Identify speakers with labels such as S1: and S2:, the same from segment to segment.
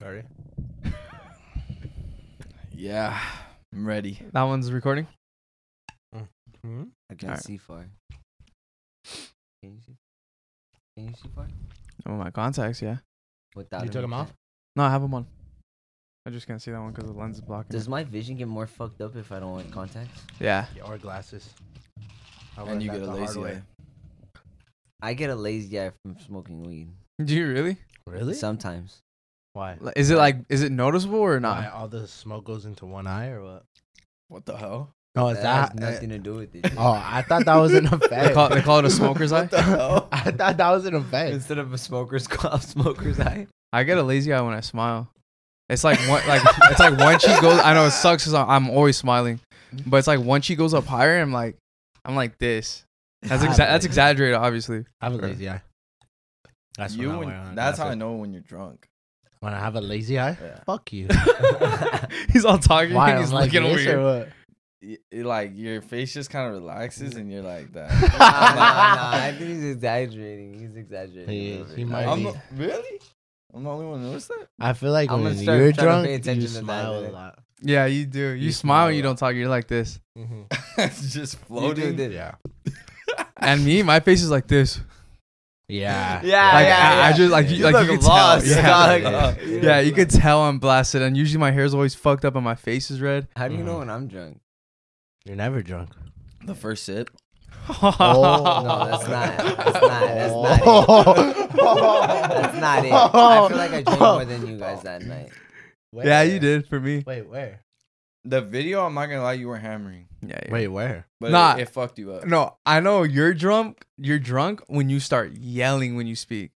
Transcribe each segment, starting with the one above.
S1: Sorry.
S2: Yeah, I'm ready.
S3: That one's recording.
S1: Hmm?
S4: I can't
S3: Alright.
S4: see far. Can you see? Can you see far?
S3: Oh my contacts, yeah.
S4: Without
S1: You took 'em
S4: you
S1: off?
S4: can't.
S3: No, I have them on. I just can't see that one because the lens is blocking.
S4: Does
S3: it.
S4: my vision get more fucked up if I don't wear contacts?
S3: yeah.
S1: Yeah, or glasses. I learned
S2: And you
S1: that
S2: get a
S1: the hard
S2: lazy
S1: way.
S2: eye.
S4: I get a lazy eye from smoking weed.
S3: Do you really?
S1: Really?
S4: Sometimes.
S1: Why?
S3: Like, Is it like is it noticeable or
S1: Why
S3: not?
S1: all the smoke goes into one eye or what?
S2: What the hell?
S1: No,
S4: That,
S1: Oh, is that?
S4: has nothing to do with it.
S1: oh, I thought that was an effect.
S3: They call, they call it a smoker's eye.
S2: What the hell?
S1: I thought that was an effect.
S4: Instead of a smoker's cough, smoker's eye.
S3: I get a lazy eye when I smile. It's like one like it's like one cheek goes. I know it sucks because I'm always smiling, but it's like one cheek goes up higher. I'm like, I'm like this. That's exa- that's exaggerated, obviously.
S1: I have a lazy eye. That's
S2: you
S1: when I
S2: when-
S1: wear uh,
S2: that's how I
S1: glasses.
S2: know when you're drunk.
S1: When I have a lazy eye,
S2: Yeah.
S1: fuck you.
S3: he's all talking.
S1: Why?
S3: and he's
S1: I'm like
S3: looking
S1: this or
S3: weird.
S1: what?
S2: Y- it, like your face just kind of relaxes and you're like that.
S4: nah, nah, nah, I think he's exaggerating. He's exaggerating.
S1: He
S4: a
S1: is.
S4: little
S1: He
S4: bit.
S1: might
S2: I'm
S1: be.
S2: the- really? I'm the only one who noticed that.
S1: I feel like
S4: I'm gonna
S1: when
S4: start
S1: you're
S4: trying to
S1: drunk,
S4: pay
S1: you
S4: attention to that
S1: smile a
S4: then.
S1: lot.
S3: Yeah, you do. You,
S1: You
S3: smile
S1: smile
S3: and you
S1: a lot.
S3: don't talk. You're like this.
S2: it's just
S4: You do
S2: floating.
S4: this.
S1: Yeah.
S3: And me, my face is like this.
S1: Yeah.
S4: Yeah,
S3: Like
S4: yeah,
S3: I, I
S4: yeah.
S3: just like
S2: You
S3: you, like you
S4: look
S3: could tell.
S4: lost,
S3: Yeah.
S4: dog.
S3: yeah.
S2: uh,
S4: Yeah.
S3: Yeah, you could tell I'm blasted, and usually my hair's always fucked up and my face is red.
S4: How do you know
S1: Mhm.
S4: when I'm drunk?
S1: You're never drunk.
S2: The first sip.
S4: Oh, no, that's not. That's not. That's not. It.
S1: Oh.
S4: That's not it. I feel like I drank more than you
S1: Oh.
S4: guys that night.
S3: yeah, you did for me.
S1: Wait, where?
S2: The video, I'm not gonna lie, you were hammering,
S3: Yeah, yeah.
S1: Wait, where?
S2: but
S3: Nah.
S2: it, it fucked you up.
S3: No, I know you're drunk. You're drunk when you start yelling when you speak.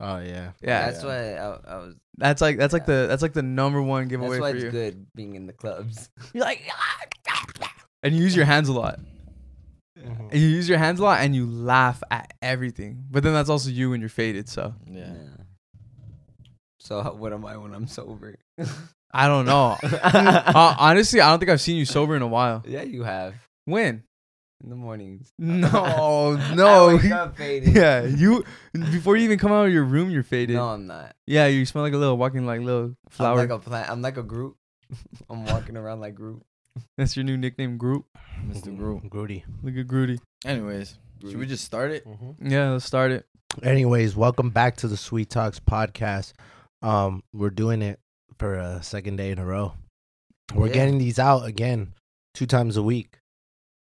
S1: Oh yeah.
S3: Yeah,
S4: That's why I, I was.
S3: that's like that's like
S4: Yeah.
S3: the that's like the number one
S4: That's
S3: giveaway
S4: why
S3: for
S4: it's
S3: you.
S4: good being in the clubs.
S3: You're like, and you use your hands a lot.
S4: Mm-hmm.
S3: And you use your hands a lot, and you laugh at everything. But then that's also you when you're faded. So
S2: Yeah.
S4: Nah. So how- what am I when I'm sober?
S3: I don't know. uh, honestly, I don't think I've seen you sober in a while.
S4: Yeah, you have
S3: When?
S4: in the mornings.
S3: No,
S4: I
S3: no.
S4: wake up faded.
S3: yeah, you before you even come out of your room, you're faded.
S4: No, I'm not.
S3: Yeah, you smell like a little walking like little flower.
S4: I'm like a plant. I'm like a group. I'm walking around like group.
S3: That's your new nickname, Groot.
S1: Mm.
S2: Mr. Group.
S1: mm-hmm. Groody.
S3: Look at Grooty.
S2: Anyways, should we just start it?
S4: Mm-hmm.
S3: Yeah, let's start it.
S1: Anyways, welcome back to the Sweet Talks podcast. Um, we're doing it for a second day in a row.
S3: Oh,
S1: We're
S4: Yeah.
S1: getting these out again, two times a week.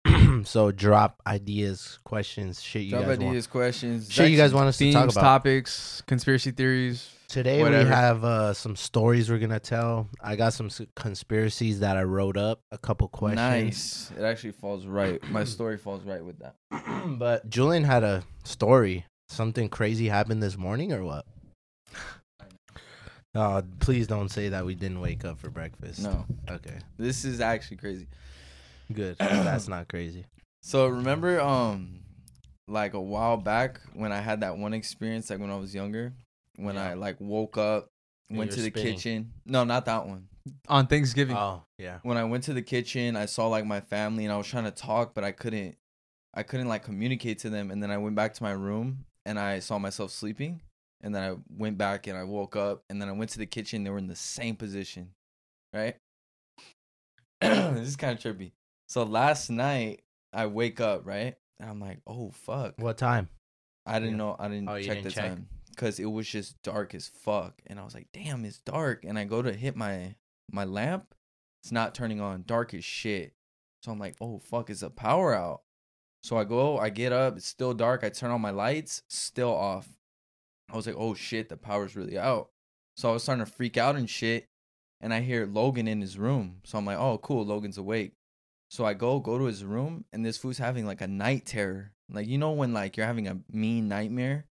S1: so drop ideas, questions, shit you
S2: Drop
S1: guys want.
S2: ideas, questions.
S1: Shit you guys
S2: sections.
S1: want us
S3: Themes,
S1: to talk about.
S3: topics, conspiracy theories.
S1: Today
S3: Whatever.
S1: we have uh, some stories we're gonna tell. I got some s- conspiracies that I wrote up, a couple questions.
S2: Nice. It actually falls right. My story falls right with that.
S1: but Julian had a story. Something crazy happened this morning, or what? Oh, please don't say that we didn't wake up for breakfast.
S2: No,
S1: Okay.
S2: this is actually crazy.
S1: Good. That's not crazy.
S2: So remember, um, like a while back when I had that one experience, like when I was younger, when
S1: Yeah.
S2: I like woke up,
S1: And
S2: went
S1: you
S2: to
S1: were
S2: the
S1: spinning.
S2: kitchen. No, not that one.
S3: On Thanksgiving.
S1: Oh, yeah.
S2: When I went to the kitchen, I saw like my family, and I was trying to talk, but I couldn't. I couldn't like communicate to them, and then I went back to my room, and I saw myself sleeping, and then I went back and I woke up, and then I went to the kitchen. They were in the same position, right? this is kind of trippy. So last night I wake up, right, and I'm like, oh fuck.
S1: What time?
S2: I didn't
S1: Yeah.
S2: know. I didn't
S1: Oh, you
S2: check
S1: didn't
S2: the
S1: check?
S2: time because it was just dark as fuck, and I was like, "Damn, it's dark." And I go to hit my my lamp, it's not turning on. Dark as shit. So I'm like, "Oh fuck, is the power out?" So I go, I get up, it's still dark. I turn on my lights, still off. I was like, "Oh shit, the power's really out." So I was starting to freak out and shit, and I hear Logan in his room. So I'm like, "Oh cool, Logan's awake." So I go go to his room and this fool's having like a night terror. Like you know when like you're having a mean nightmare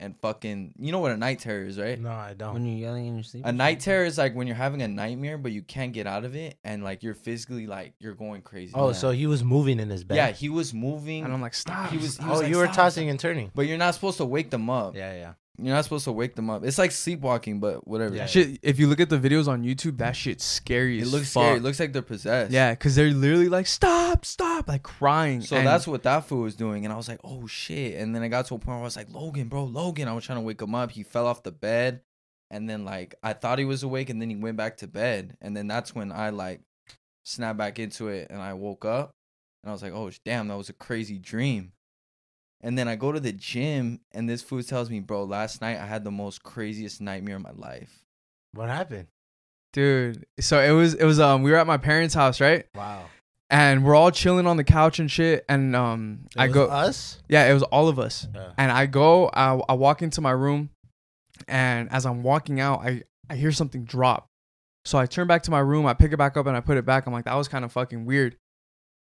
S2: and fucking you know what a night terror is, right?
S1: No, I
S4: Oh. When
S1: don't.
S4: you're yelling in your sleep.
S2: A night terror is like when you're having a nightmare but you can't get out of it and like you're physically like you're going crazy.
S1: Oh,
S4: Yeah.
S1: so he was moving in his bed.
S2: yeah, he was moving.
S3: and I'm like, stop.
S2: he was, he
S1: oh,
S2: was like,
S1: you were
S2: "Stop,
S1: tossing
S2: stop."
S1: and turning.
S2: But you're not supposed to wake them up.
S1: Yeah, yeah.
S2: You're not supposed to wake them up. It's like sleepwalking, but whatever.
S1: Yeah.
S3: shit. If you look at the videos on YouTube, that shit's scary.
S2: It
S3: as
S2: looks
S3: fuck.
S2: scary. It looks like they're possessed.
S3: Yeah, because they're literally like, stop, stop, like crying.
S2: So
S3: And
S2: that's what that fool was doing. And I was like, oh shit. And then I got to a point where I was like, Logan, bro, Logan. I was trying to wake him up. He fell off the bed. and then like I thought he was awake, and then he went back to bed, and then that's when I like snapped back into it, and I woke up, and I was like, oh sh- damn, that was a crazy dream. And then I go to the gym, and this fool tells me, bro, last night I had the most craziest nightmare of my life.
S1: What happened?
S3: dude. So it was it was um we were at my parents' house, right?
S1: Wow.
S3: And we're all chilling on the couch and shit. And um
S1: It
S3: I
S1: was
S3: go
S1: us.
S3: yeah, it was all of us.
S1: Yeah.
S3: And I go, I, I walk into my room, and as I'm walking out, I, I hear something drop. So I turn back to my room, I pick it back up, and I put it back. I'm like, that was kind of fucking weird.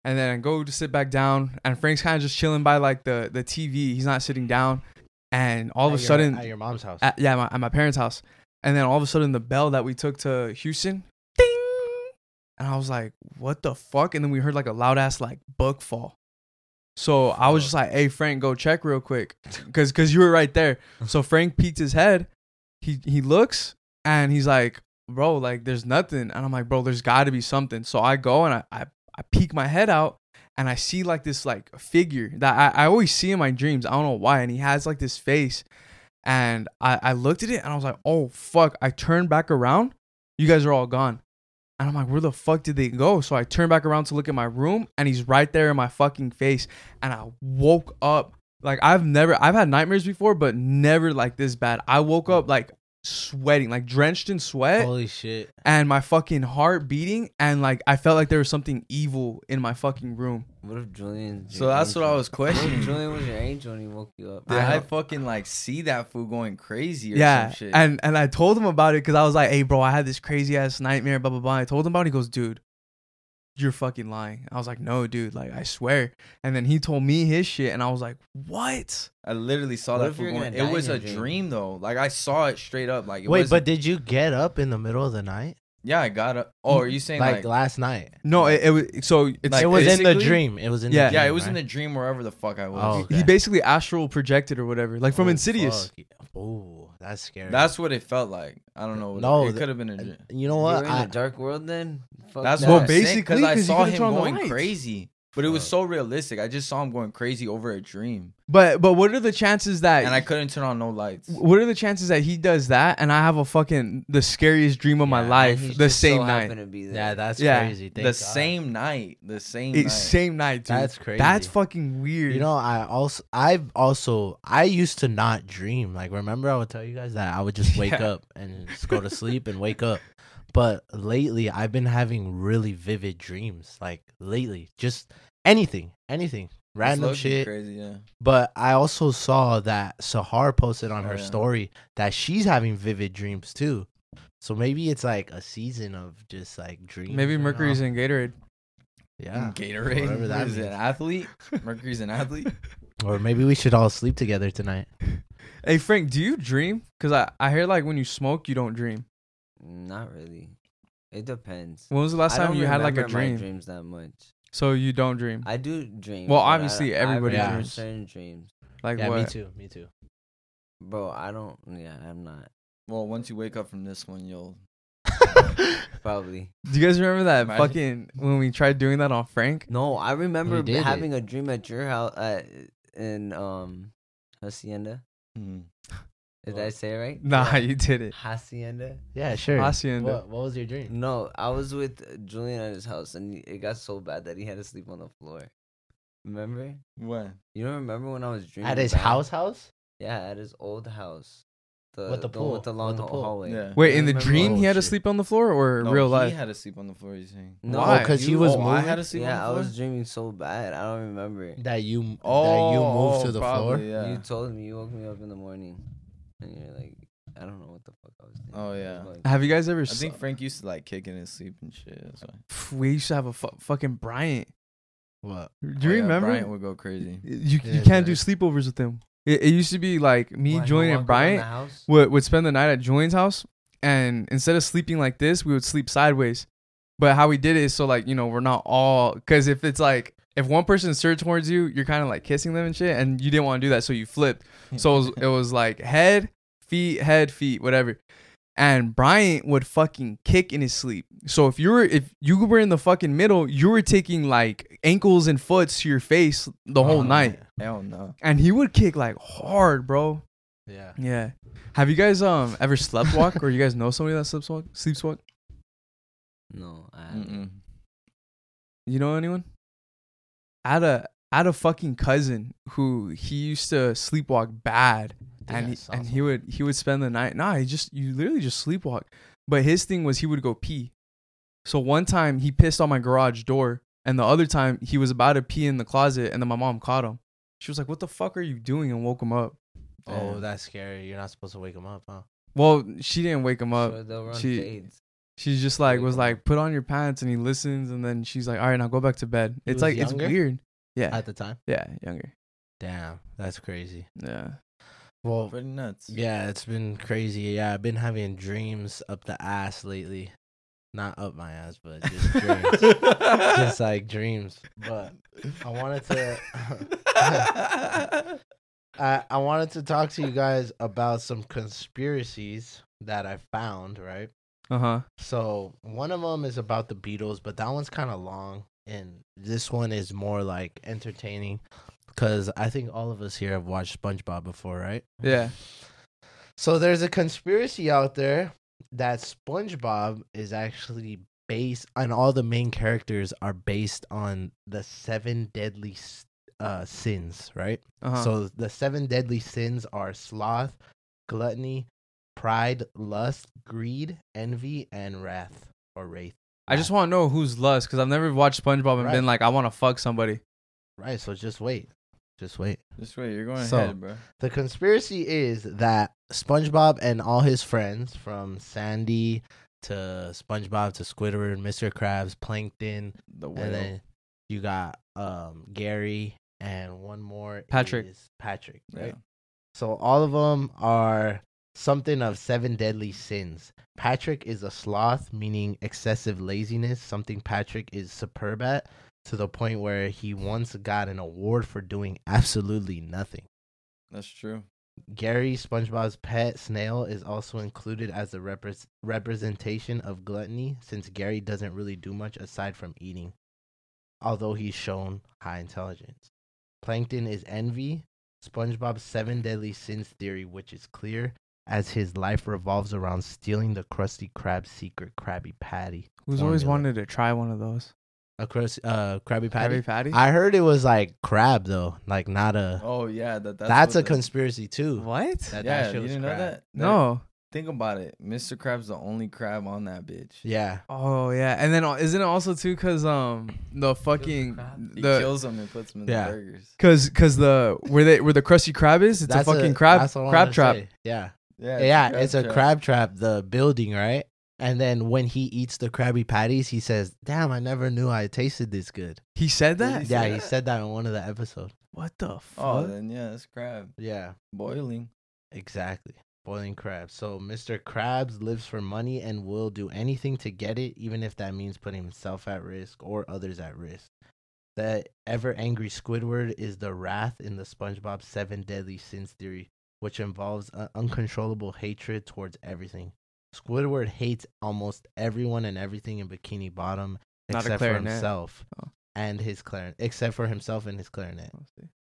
S3: And then I go to sit back down, and Frank's kind of just chilling by like the, the TV. He's not sitting down. And all of a
S1: At your-
S3: sudden,
S1: at your mom's house.
S3: at, yeah, my, at my parents' house. And then all of a sudden, the bell that we took to Houston, ding. And I was like, what the fuck? And then we heard like a loud ass like book fall. So I was just like, hey, Frank, go check real quick. Cause, cause you were right there. So Frank peeked his head. He, he looks and he's like, bro, like there's nothing. And I'm like, bro, there's got to be something. So I go and I, I, I peek my head out and I see like this like figure that I, I always see in my dreams. I don't know why. And he has like this face and I, I looked at it and I was like, oh fuck. I turned back around. You guys are all gone. And I'm like, where the fuck did they go? So I turned back around to look at my room and he's right there in my fucking face. And I woke up. Like I've never I've had nightmares before, but never like this bad. I woke up like sweating, like drenched in
S2: Eh,
S3: sweat
S1: Holy shit.
S3: and my fucking heart beating and like I felt like there was something evil in my fucking room.
S4: What if Julian?
S2: So that's what I was questioning.
S4: Julian was your angel and he woke you up.
S2: Did I, fucking like see that fool going crazy or
S3: yeah.
S2: some shit?
S3: And and I told him about it because I was like, hey bro, I had this crazy ass nightmare, blah blah blah. I told him about it. He goes, dude, you're fucking lying. I was like, no, dude, like I swear. And then he told me his shit and I was like, what?
S2: I literally saw
S4: What
S2: that
S4: if
S2: fool
S4: you're
S2: going.
S4: gonna die
S2: It
S4: in
S2: was
S4: your
S2: a
S4: dream?
S2: dream though. Like I saw it straight up. Like it
S1: Wait,
S2: was,
S1: but did you get up in the middle of the night?
S2: yeah, I got up. Oh, are you saying
S1: Like,
S2: like,
S1: last night?
S3: No, it, it was so it's
S2: Like,
S1: it was in the
S2: basically-
S1: dream. It was in
S3: Yeah.
S1: the dream,
S2: yeah, it was in
S1: right?
S2: the dream wherever the fuck I was.
S1: Oh. okay.
S3: he basically astral projected or whatever, like from
S1: Oh,
S3: Insidious.
S1: fuck. Oh, that's scary.
S2: That's what it felt like. I don't know. What
S1: No,
S2: it,
S1: th-
S2: could have been a dream.
S1: you know
S4: You were
S1: what?
S4: in
S1: I-
S4: the dark world then. Fuck
S2: That's
S4: that.
S3: Well,
S2: what I'm saying because
S3: 'cause
S2: I
S3: you
S2: saw
S3: could've
S2: him
S3: turned on the
S2: going
S3: lights.
S2: crazy, but it was
S1: Fuck.
S2: so realistic. I just saw him going crazy over a dream,
S3: But but what are the chances that
S2: and I couldn't turn on no lights.
S3: what are the chances that he does that and I have a fucking the scariest dream of my
S1: Yeah,
S4: And
S3: life
S4: he's
S3: the
S4: just so
S3: same night?
S4: happened to be there.
S1: yeah, that's
S3: Yeah.
S1: crazy.
S2: The
S1: Thank God.
S2: same night, the same.
S3: It,
S2: night.
S3: same night, dude.
S1: That's crazy.
S3: That's fucking weird.
S1: You know, I also, I've also, I used to not dream. Like, remember, I would tell you guys that I would just wake
S3: Yeah.
S1: up and just go to sleep and wake up. But lately, I've been having really vivid dreams. Like lately, just anything, anything,
S2: It's
S1: random
S2: low-key
S1: shit.
S2: Crazy, yeah.
S1: But I also saw that Sahar posted on
S2: Oh,
S1: her
S2: yeah.
S1: story that she's having vivid dreams too. So maybe it's like a season of just like dreams.
S3: maybe
S1: and
S3: Mercury's
S1: all.
S3: in Gatorade.
S1: yeah,
S2: Gatorade.
S1: Ah, whatever that
S2: Is it an
S1: means.
S2: athlete? Mercury's an athlete.
S1: or maybe we should all sleep together tonight.
S3: Hey Frank, do you dream? Cause I, I hear like when you smoke, you don't dream.
S4: Not really. It depends.
S3: When was the last
S4: I
S3: time
S4: don't
S3: you had like a
S4: remember my
S3: dream?
S4: dreams that much.
S3: So you don't dream.
S4: I do dream.
S3: Well,
S4: but I-
S3: obviously,
S4: I
S3: everybody
S4: remember
S1: dreams.
S4: Certain dreams,
S3: Like
S1: yeah,
S3: what?
S1: me too. Me too.
S4: bro. I don't. Yeah, I'm not
S2: Well, once you wake up from this one, you'll.
S4: probably.
S3: Do you guys remember that
S2: Imagine-
S3: fucking when we tried doing that on Frank?
S4: No, I remember
S1: did
S4: having a dream at your house uh, in um hacienda.
S2: Hmm.
S4: Did I
S1: What?
S4: say it right?
S3: Nah,
S4: Yeah.
S3: you did it.
S4: hacienda.
S1: Yeah, sure.
S3: Hacienda.
S1: What, what was your dream?
S4: No, I was with Julian at his house, and it got so bad that he had to sleep on the floor. Remember?
S2: What?
S4: You don't remember when I was dreaming
S1: At his
S4: about-
S1: house, house.
S4: Yeah, at his old house. The,
S1: With the
S4: one
S1: pool,
S4: with the
S1: with
S4: long
S1: the
S4: hall-
S1: pool.
S4: hallway.
S2: Yeah.
S3: Wait, in the
S4: Remember-
S3: dream
S1: Oh,
S3: he had to
S1: shit.
S3: sleep on the floor or
S2: No,
S3: real
S2: he
S3: life?
S2: had to sleep on the floor. You saying?
S4: No,
S1: Why? 'cause he
S4: you-
S1: was
S2: oh, I had
S1: moving?
S2: to sleep on the
S4: Yeah, I
S2: floor.
S4: was dreaming so bad. I don't remember.
S1: That you
S2: Oh,
S1: that you moved
S2: oh,
S1: to the floor.
S2: probably, Yeah.
S4: You told me you woke me up in the morning, and you're like, I don't know what the fuck I was thinking.
S2: Oh,
S4: I was
S2: yeah.
S4: going
S3: Have you guys ever?
S2: I think Frank used to like kick in his sleep and shit. That's why.
S3: Pff, we used to have a fu- fucking Bryant.
S1: What?
S3: Do
S2: Oh,
S3: you
S2: yeah,
S3: remember?
S2: Bryant would go crazy.
S3: You you
S1: Yeah,
S3: can't do
S1: nice.
S3: sleepovers with him. It, it used to be like me,
S4: Why, no
S3: Julian,
S4: walk around
S3: and Bryant.
S4: the house?
S3: would, would spend the night at Julian's house, and instead of sleeping like this, we would sleep sideways. But how we did it is so like you know we're not all because if it's like if one person stared towards you, you're kind of like kissing them and shit, and you didn't want to do that, so you flipped. So it was, it was like head, feet, head, feet, whatever. And Bryant would fucking kick in his sleep. So if you were if you were in the fucking middle, you were taking like ankles and
S1: Oh,
S3: foots to your face the whole night,
S2: Hell no.
S3: and he would kick like hard, bro.
S1: Yeah.
S3: Yeah. Have you guys um ever sleptwalk or you guys know somebody that sleptwalk sleepswalk?
S4: No, I haven't.
S2: Mm-mm.
S3: You know anyone? I had a I had a fucking cousin who he used to sleepwalk bad,
S1: think
S3: and
S1: I
S3: he,
S1: saw
S3: and he
S1: something.
S3: would he would spend the night. Nah, he just you literally just sleepwalk. But his thing was he would go pee. So one time he pissed on my garage door, and the other time he was about to pee in the closet, and then my mom caught him. She was like, "What the fuck are you doing?" and woke him up.
S1: Oh,
S2: Damn.
S1: that's scary. You're not supposed to wake him up, huh?
S3: Well, she didn't wake him up.
S4: Sure, they'll run
S3: she-
S4: fades.
S3: She's just like was
S4: Relatable.
S3: like, put on your pants, and he listens, and then she's like, all right, now go back to bed.
S1: He
S3: It's
S1: was
S3: like
S1: younger?
S3: it's weird. Yeah,
S1: At the time.
S3: yeah, younger.
S1: Damn, that's crazy.
S3: Yeah,
S1: Well,
S2: Pretty nuts.
S1: yeah, it's been crazy. Yeah, I've been having dreams up the ass lately. Not up my ass, but just dreams. just like dreams. But I wanted to I, I wanted to talk to you guys about some conspiracies that I found, right?
S3: uh huh.
S1: So one of them is about the Beatles, but that one's kind of long, and this one is more like entertaining because I think all of us here have watched SpongeBob before, right?
S3: Yeah.
S1: So there's a conspiracy out there that SpongeBob is actually based, and all the main characters are based on the seven deadly s- uh, sins, right?
S3: Uh huh.
S1: So the seven deadly sins are sloth, gluttony, pride, lust, greed, envy, and wrath or wraith.
S3: I just want to know who's lust because I've never watched SpongeBob and
S1: Right.
S3: been like, I want to fuck somebody.
S1: Right. So just wait. Just wait.
S2: This way, you're going
S1: So-
S2: ahead, bro.
S1: The conspiracy is that SpongeBob and all his friends, from Sandy to SpongeBob to Squidward, Mr. Krabs, Plankton,
S2: The
S1: and
S2: whale.
S1: then you got um, Gary and one more
S3: Patrick.
S1: is Patrick, right?
S2: Yeah.
S1: So all of them are something of seven deadly sins. Patrick is a sloth, meaning excessive laziness, something Patrick is superb at to the point where he once got an award for doing absolutely nothing.
S2: That's true.
S1: Gary, SpongeBob's pet snail, is also included as a repres representation of gluttony since Gary doesn't really do much aside from eating, although he's shown high intelligence. Plankton is envy, SpongeBob's seven deadly sins theory, which is clear as his life revolves around stealing the Krusty Krab secret Krabby Patty.
S3: Who's always
S1: formula.
S3: wanted to try one of those?
S1: a Krusty, uh, Krabby Patty?
S3: Krabby Patty.
S1: I heard it was like crab though, like not a.
S2: Oh yeah, that that's,
S1: that's
S2: what
S1: a
S2: the-
S1: conspiracy too.
S3: what?
S1: That that
S2: Yeah,
S1: shit
S2: you
S1: was
S2: didn't know
S1: crab.
S2: that?
S3: no.
S2: Think about it. Mr. Crab's the only crab on that bitch.
S1: Yeah.
S3: Oh yeah, and then uh, isn't it also too because um the fucking
S4: crab?
S2: He
S3: the
S2: kills them and puts them in
S1: Yeah.
S2: the burgers.
S3: because because the where they where the crusty crab is it's
S1: That's
S3: a fucking crab
S1: that's what I
S3: crab
S1: wanted to
S3: trap.
S1: say. Yeah.
S2: Yeah,
S1: Yeah, it's a
S2: trap.
S1: crab trap, the building, right? And then when he eats the Krabby Patties, he says, Damn, I never knew I tasted this good.
S3: He said
S2: Did he
S3: that.
S2: say
S1: yeah,
S2: that?
S1: he said that in one of the episodes.
S3: What the fuck?
S2: Oh, then yeah, that's crab
S1: Yeah,
S2: boiling.
S1: exactly. Boiling crab. So Mr. Krabs lives for money and will do anything to get it, even if that means putting himself at risk or others at risk. The ever angry Squidward is the wrath in the SpongeBob Seven Deadly Sins theory, which involves uh, uncontrollable hatred towards everything. Squidward hates almost everyone and everything in Bikini Bottom
S3: Not a
S1: except for
S3: clarinet.
S1: himself
S3: Oh.
S1: and his clarinet, except for himself and his clarinet.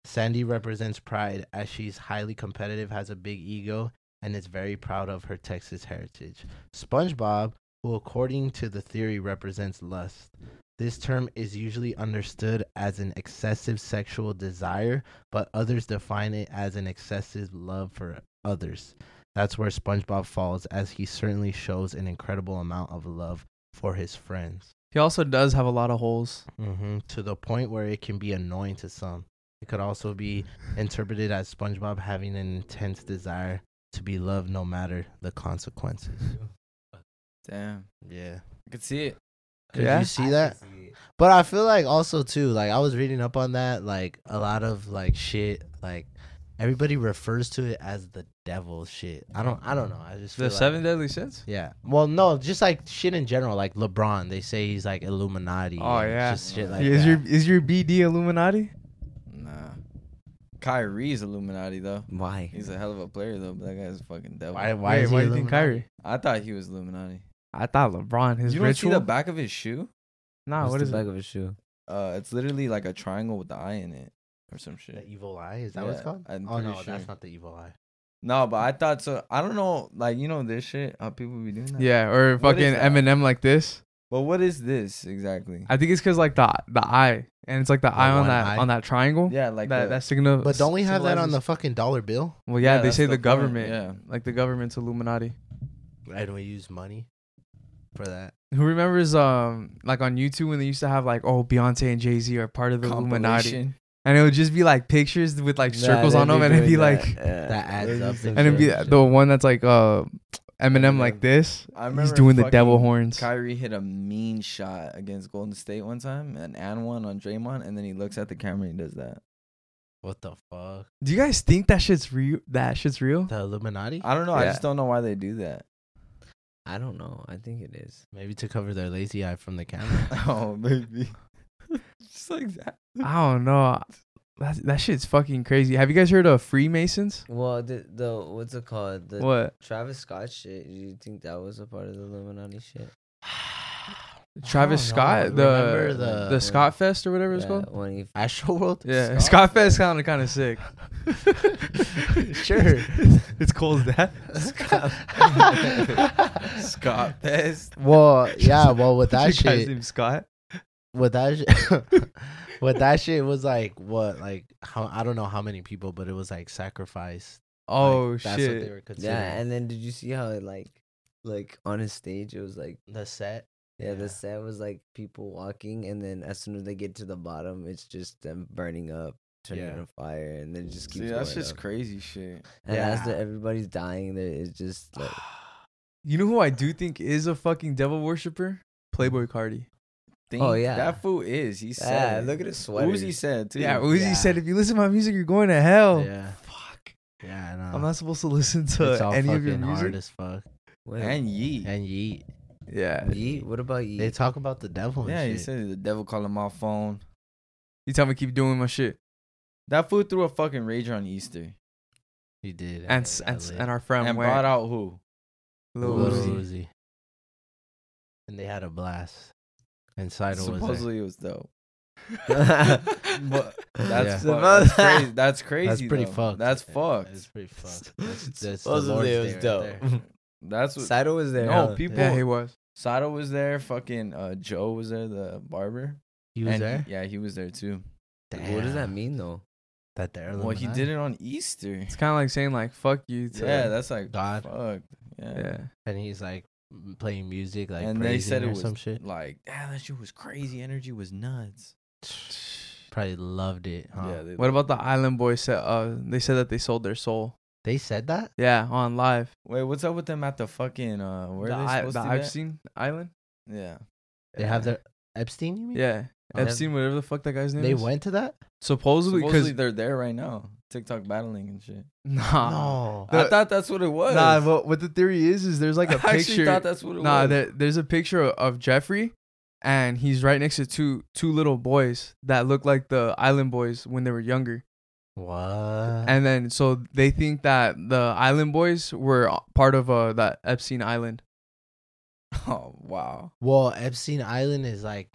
S1: Sandy represents pride as she's highly competitive, has a big ego, and is very proud of her Texas heritage. SpongeBob, who according to the theory represents lust. This term is usually understood as an excessive sexual desire, but others define it as an excessive love for others. That's where SpongeBob falls, as he certainly shows an incredible amount of love for his friends
S3: He also does have a lot of holes.
S1: hmm to the point where it can be annoying to some. It could also be interpreted as SpongeBob having an intense desire to be loved no matter the consequences.
S2: Damn,
S1: Yeah.
S2: I could see it.
S1: Could
S3: Yeah.
S1: you see
S4: I
S1: that?
S4: can see it.
S1: But I feel like also too, like I was reading up on that, like a lot of like shit, like everybody refers to it as the devil shit. I don't I don't know. I just
S3: The
S1: feel like-
S3: seven deadly sins.
S1: Yeah. Well, no, just like shit in general. Like LeBron, they say he's like Illuminati.
S3: Oh,
S1: and
S3: yeah.
S1: Just shit like
S3: is
S1: that.
S3: your is your BD Illuminati?
S2: Nah, Kyrie's Illuminati though.
S4: Why?
S2: He's a hell of a player though, but that guy's a fucking devil.
S1: why? Why,
S3: Why,
S1: is
S3: why
S1: he
S3: do you think
S1: Illuminati?
S3: Kyrie?
S2: I thought he was Illuminati.
S3: I thought LeBron his
S2: you don't
S3: ritual.
S2: see the back of his shoe?
S3: nah,
S4: What's
S3: what
S4: the
S3: is
S4: back
S3: it?
S4: of his shoe?
S2: Uh, it's literally like a triangle with the eye in it or some shit.
S1: The evil eye? Is that what it's
S2: Yeah,
S1: called?
S2: I'm
S1: oh
S2: pretty
S1: no,
S2: sure.
S1: that's not the evil eye.
S2: No, but I thought so. I don't know, like you know this shit. How people be doing that.
S3: Yeah, or
S2: What is
S3: fucking
S2: that?
S3: Eminem like this.
S2: But what is this exactly?
S3: I think it's because like the the eye, and it's like the
S1: Like
S3: eye on
S1: one
S3: that
S1: eye?
S3: on that triangle.
S2: Yeah, like
S3: that
S2: the-
S3: that signal.
S1: But don't we have that on the
S3: symbolizes-
S1: fucking dollar bill?
S3: Well, yeah, they
S2: that's
S3: say the,
S2: point,
S3: government,
S2: Yeah.
S3: like the government's Illuminati.
S1: And we use money for that.
S3: Who remembers um like on YouTube when they used to have like oh Beyonce and Jay Z are part of the Illuminati,
S2: Compilation.
S3: and it would just be like pictures with like circles on them, and it'd be like
S1: That adds up.
S3: and it'd be the one that's like uh Eminem like
S2: Eminem.
S3: this.
S2: I
S3: He's
S2: remember
S3: doing the
S2: fucking
S3: devil horns.
S2: Kyrie hit a mean shot against Golden State one time, and and one on Draymond, and then he looks at the camera and he does that.
S1: What the fuck?
S3: Do you guys think that shit's real? That shit's real?
S1: The Illuminati?
S2: I don't know. I
S3: Yeah.
S2: just don't know why they do that.
S4: I don't know. I think it is.
S1: Maybe to cover their lazy eye from the camera.
S2: oh, maybe. just like that.
S3: I don't know. That that shit's fucking crazy. Have you guys heard of Freemasons?
S4: Well, the, the what's it called? The
S3: What?
S4: Travis Scott shit. Do you think that was a part of the Illuminati shit?
S3: Travis
S1: know.
S3: Scott,
S1: Remember
S3: the, the
S1: the-
S3: Scott Fest or whatever it's
S4: Yeah,
S3: called.
S4: When he
S1: Astro World?
S3: Yeah,
S2: Scott
S3: Scott
S2: Fest.
S3: Fest kind of kind of sick.
S1: Sure.
S3: it's cold as that.
S2: Scott Pest.
S1: Well, yeah, well with that
S3: Your guy's
S1: shit
S3: name's Scott.
S1: with that shit with that shit was like what like how I don't know how many people, but it was like sacrifice. Like,
S3: Oh
S1: That's what they
S3: shit!
S1: were considering.
S4: yeah, and then did you see how it like like on his stage it was like
S1: the set.
S4: yeah,
S1: Yeah.
S4: the set was like people walking and then as soon as they get to the bottom it's just them burning up, turning
S1: Yeah.
S4: on fire and then it just keeps
S2: See, that's
S4: going
S2: just
S4: up.
S2: crazy shit.
S4: And as
S1: Yeah.
S4: the, everybody's dying there it's just like
S3: You know who I do think is a fucking devil worshipper? Playboy Cardi.
S2: Think
S4: Oh, yeah.
S2: that fool is. He
S4: yeah,
S2: said.
S4: look at his sweater.
S2: Uzi said too.
S3: Yeah, Uzi
S1: Yeah.
S3: said if you listen to my music, you're going to hell.
S1: Yeah.
S3: Oh, Fuck.
S1: Yeah, I know.
S3: I'm not supposed to listen
S1: it's
S3: to
S1: all
S3: any
S1: fucking
S3: of your music.
S1: hard as fuck.
S4: Wait,
S2: and Yeet.
S1: And Yeet.
S3: Yeah.
S4: Yeet? What about Yeet?
S1: They talk about the devil and
S2: yeah, he
S1: shit.
S2: said the devil calling my phone.
S3: You tell me to keep doing my shit.
S2: That fool threw a fucking rager on Easter
S1: he did.
S3: And
S1: I
S3: s-
S1: got
S3: and, s-
S1: lit.
S3: and our friend
S2: and
S3: went.
S2: brought out who?
S3: Lil
S1: Little
S3: Uzi.
S1: Uzi. And they had a blast. And Sidon was there.
S2: Supposedly it was dope.
S4: But-
S2: That's, fu-
S4: Yeah.
S2: that's
S4: Supposed-
S2: crazy. That's crazy.
S1: That's pretty
S2: though.
S1: fucked.
S2: That's
S1: Yeah,
S2: fucked.
S1: That's pretty fucked. That's, that's the
S4: Supposedly
S1: Lord's
S4: it
S1: Day
S4: was
S1: right
S4: dope.
S1: there.
S2: That's what.
S4: Saito was there.
S2: No,
S4: huh?
S2: people.
S3: Yeah, he was.
S2: Sato was there. Fucking uh, Joe was there. The barber.
S1: He was
S2: And
S1: there.
S2: Yeah, he was there too.
S4: What does that
S1: Damn.
S4: mean though?
S1: That there.
S2: Well, he did it on Easter.
S3: It's kind of like saying like "fuck you" to
S2: Yeah, that's like
S1: God.
S2: fuck. Yeah.
S3: yeah.
S1: And he's like m- playing music, like
S2: and they said it
S1: or
S2: was
S1: some shit.
S2: like, damn, that shit was crazy. Energy was nuts.
S1: Probably loved it. Huh?
S2: Yeah. They,
S3: What about the Island Boys? Said uh, they said that they sold their soul.
S1: They said that.
S3: Yeah, on live.
S2: Wait, what's up with them at the fucking uh? Where
S3: the
S2: are they
S3: I-
S2: supposed
S3: the
S2: to be? at?
S3: Epstein Island.
S2: Yeah.
S1: They have their Epstein. You mean?
S3: Yeah,
S1: Oh.
S3: Epstein, whatever the fuck that guy's name.
S1: They
S3: is.
S1: went to that.
S3: supposedly
S2: Supposedly
S3: because
S2: they're there right now. TikTok battling and shit. Uh,
S3: nah,
S1: no.
S3: The-
S2: I thought that's what it was.
S3: nah. What, what the theory is is there's like a
S2: I
S3: picture.
S2: actually thought that's what it
S3: nah,
S2: was.
S3: there, there's a picture of, of Jeffrey, and he's right next to two two little boys that look like the Island Boys when they were younger.
S1: What? Uh-huh.
S3: And then so they think that the Island Boys were part of uh that Epstein Island.
S2: oh wow.
S1: well, Epstein Island is like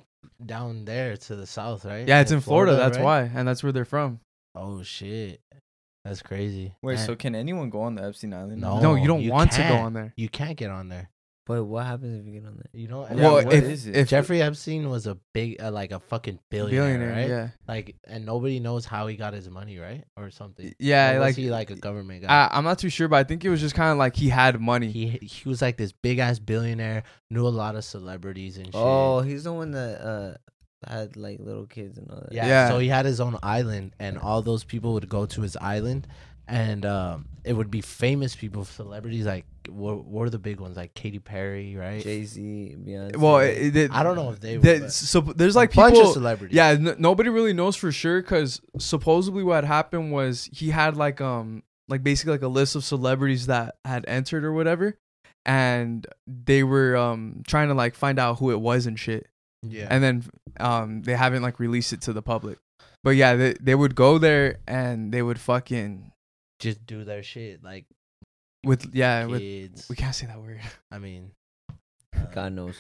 S1: down there to the south, right?
S3: Yeah, it's in Florida. that's
S1: right?
S3: why, and that's where they're from.
S1: Oh shit, that's crazy.
S2: Wait,
S1: And
S2: so can anyone go on the Epstein Island?
S1: No.
S3: no, you
S1: Oh,
S3: don't
S1: you
S3: want to go
S1: can't.
S3: on there.
S1: you can't get on there.
S4: But what happens if you get on there?
S1: You know.
S2: Yeah,
S3: well,
S2: what
S3: if,
S2: is it?
S3: if
S1: Jeffrey Epstein was a big, uh, like a fucking billionaire, right?
S3: yeah,
S1: Like, and nobody knows how he got his money, right, or something.
S3: yeah,
S1: Or was
S3: like
S1: he like a government guy.
S3: I, I'm not too sure, but I think it was just kind of like he had money.
S1: he he was like this big ass billionaire, knew a lot of celebrities and shit.
S4: Oh, he's the one that uh had like little kids and all that.
S1: yeah.
S3: yeah.
S1: So he had his own island, and all those people would go to his island, and um, it would be famous people, celebrities like what were the big ones like Katy Perry, right?
S4: Jay Z, Beyonce.
S3: well, it, it,
S1: I don't know if they. Were,
S3: that-
S1: but
S3: so there's
S1: a
S3: like
S1: bunch of
S3: people.
S1: celebrities.
S3: Yeah, n- nobody really knows for sure because supposedly what happened was he had like um like basically like a list of celebrities that had entered or whatever, and they were um trying to like find out who it was and shit.
S1: yeah.
S3: and then um they haven't like released it to the public but yeah they, they would go there and they would fucking
S1: just do their shit like
S3: with yeah with
S1: kids.
S3: we can't say that word
S1: I mean, uh,
S4: God knows.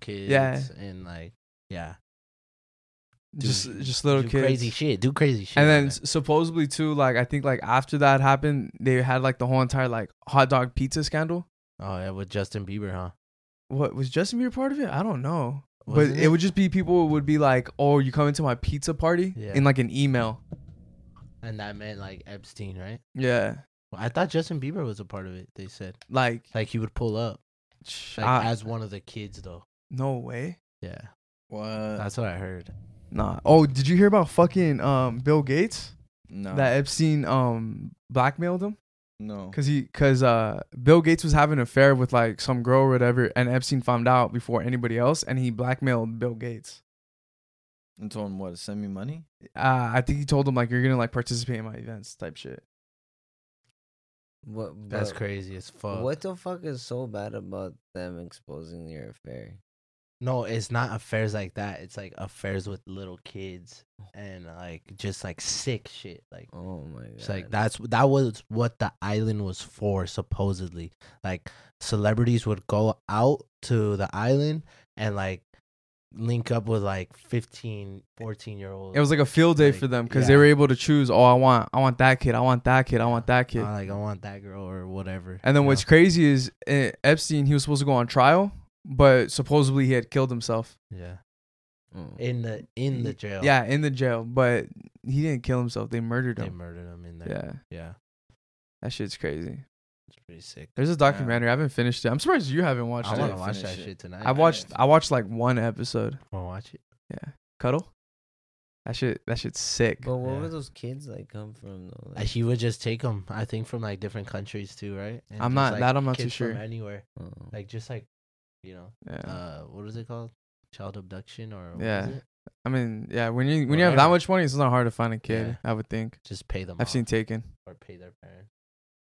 S1: kids
S3: Yeah.
S1: and like yeah.
S3: just just little
S1: do
S3: kids.
S1: crazy shit. Do crazy shit.
S3: And
S1: on
S3: then
S1: it.
S3: s- supposedly too, like I think like after that happened, they had like the whole entire like hot dog pizza scandal.
S1: oh yeah, with Justin Bieber, huh?
S3: What was Justin Bieber part of it? I don't know.
S1: Wasn't
S3: but it? would just be people would be like, "Oh, you coming to my pizza party?"
S1: Yeah.
S3: In like an email.
S1: and that meant like Epstein, right?
S3: Yeah.
S1: Well, I thought Justin Bieber was a part of it. They said
S3: Like,
S1: like he would pull up
S3: sh-
S1: like,
S3: I-
S1: as one of the kids, though.
S3: no way.
S1: Yeah,
S2: What?
S1: that's what I heard.
S3: Nah. Oh, did you hear about fucking um Bill Gates?
S2: No.
S3: That Epstein um blackmailed him
S2: no.
S3: because he because uh Bill Gates was having an affair with like some girl or whatever, and Epstein found out before anybody else, and he blackmailed Bill Gates.
S2: And told him what? to Send me money.
S3: uh, I think he told him like you're gonna like participate in my events type shit.
S4: What,
S1: That's
S4: but
S1: crazy as fuck.
S4: What the fuck is so bad about them exposing your affair?
S1: No, it's not affairs like that. It's like affairs with little kids and like just like sick shit. Like
S4: Oh my god!
S1: it's like that's that was what the island was for supposedly. Like celebrities would go out to the island and like link up with like 15, 14 year olds.
S3: It was like a field day
S1: Like,
S3: for them because they
S1: yeah.
S3: were able to choose. Oh, I want, I want that kid. I want that kid. I want that kid.
S1: I'm like I want that girl or whatever.
S3: And then
S1: you
S3: what's
S1: know?
S3: crazy is uh, Epstein. He was supposed to go on trial, but supposedly he had killed himself.
S1: yeah
S4: Oh.
S1: in the in the
S3: He-
S1: jail.
S3: Yeah, in the jail, but he didn't kill himself. They murdered
S1: they
S3: him.
S1: murdered him in there.
S3: Yeah,
S1: yeah,
S3: that shit's crazy.
S1: it's pretty sick.
S3: There's a documentary. I haven't finished it. I'm surprised you haven't watched
S1: I
S3: it.
S1: want to
S2: it.
S1: watch
S2: Finish
S1: that
S2: it.
S1: shit tonight.
S3: I watched. I watched like one episode.
S1: want to watch it.
S3: Yeah, cuddle. That shit. That shit's sick.
S4: But where
S1: Yeah.
S4: were those kids like come from though?
S1: Uh,
S4: Like,
S1: He would just take them, I think, from like different countries too, right? And
S3: I'm
S1: just,
S3: not-
S1: like,
S3: that I'm not too
S1: kids from
S3: sure.
S1: Anywhere,
S4: oh.
S1: like just like, you know,
S3: Yeah.
S1: uh, what is it called? Child abduction or what is
S3: Yeah.
S1: it?
S3: I mean, yeah, when you when you have that
S1: Whatever.
S3: much money, it's not hard to find a kid. I would think.
S1: Just pay them.
S3: I've seen
S1: off
S3: Taken.
S1: or pay their parents.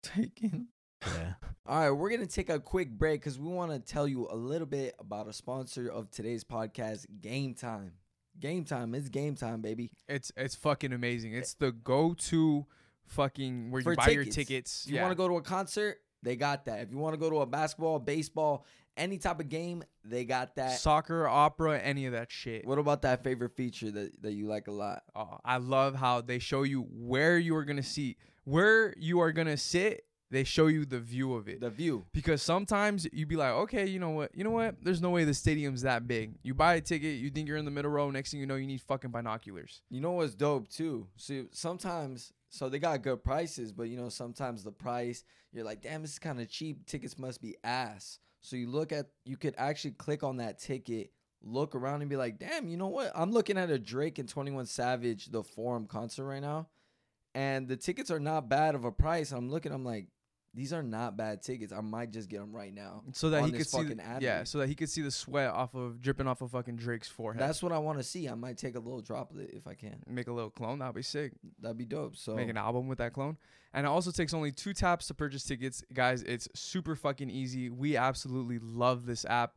S2: Taken.
S1: Yeah.
S2: All right, we're going to take a quick break because we want to tell you a little bit about a sponsor of today's podcast, Game Time. Game Time. It's game time, baby.
S3: It's it's fucking amazing. It's the go to fucking where
S2: Eh. For
S3: you buy your
S2: tickets.
S3: tickets.
S2: If you want to go to a concert, they got that. If you want to go to a basketball, baseball, any type of game, they got that.
S3: soccer, opera, any of that shit.
S2: What about that favorite feature that, that you like a lot?
S3: Oh, I love how they show you where you are gonna see where you are gonna sit. They show you the view of it.
S2: The view.
S3: because sometimes you be like, okay, you know what, you know what? There's no way the stadium's that big. You buy a ticket, you think you're in the middle row. Next thing you know, you need fucking binoculars.
S2: You know what's dope too? See, sometimes so they got good prices, but you know sometimes the price you're like, damn, this is kind of cheap. Tickets must be ass. So you look at you could actually click on that ticket, look around, and be like, damn, you know what? I'm looking at a Drake and Twenty One Savage the Forum concert right now, and the tickets are not bad of a price. I'm looking, I'm like, these are not bad tickets. I might just get them right now.
S3: so that
S2: on
S3: he
S2: this
S3: could see, the-
S2: fucking ad
S3: yeah,
S2: read.
S3: so that he could see the sweat off of dripping off of fucking Drake's forehead.
S2: That's what I want to see. I might take a little droplet if I can.
S3: make a little clone. That'd be sick.
S2: That'd be dope. So
S3: Make an album with that clone. And it also takes only two taps to purchase tickets, guys. It's super fucking easy. We absolutely love this app.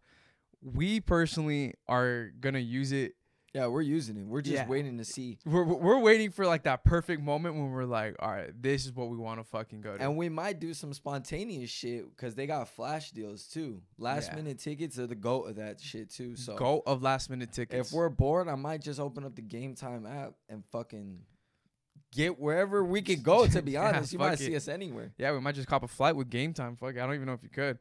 S3: We personally are gonna use it
S2: yeah, we're using it. We're just
S3: Yeah.
S2: waiting to see.
S3: we're, we're- we're waiting for like that perfect moment when we're like, all right, this is what we want to fucking go to.
S2: And we might do some spontaneous shit because they got flash deals too. Last
S3: Yeah.
S2: minute tickets are the goat of that shit too. So
S3: Go of last minute tickets.
S2: if we're bored, I might just open up the Game Time app and fucking get wherever we could go. To be
S3: Yeah,
S2: honest, you might
S3: fuck
S2: see
S3: it.
S2: us anywhere.
S3: yeah, we might just cop a flight with Game Time. Fuck, I don't even know if you could.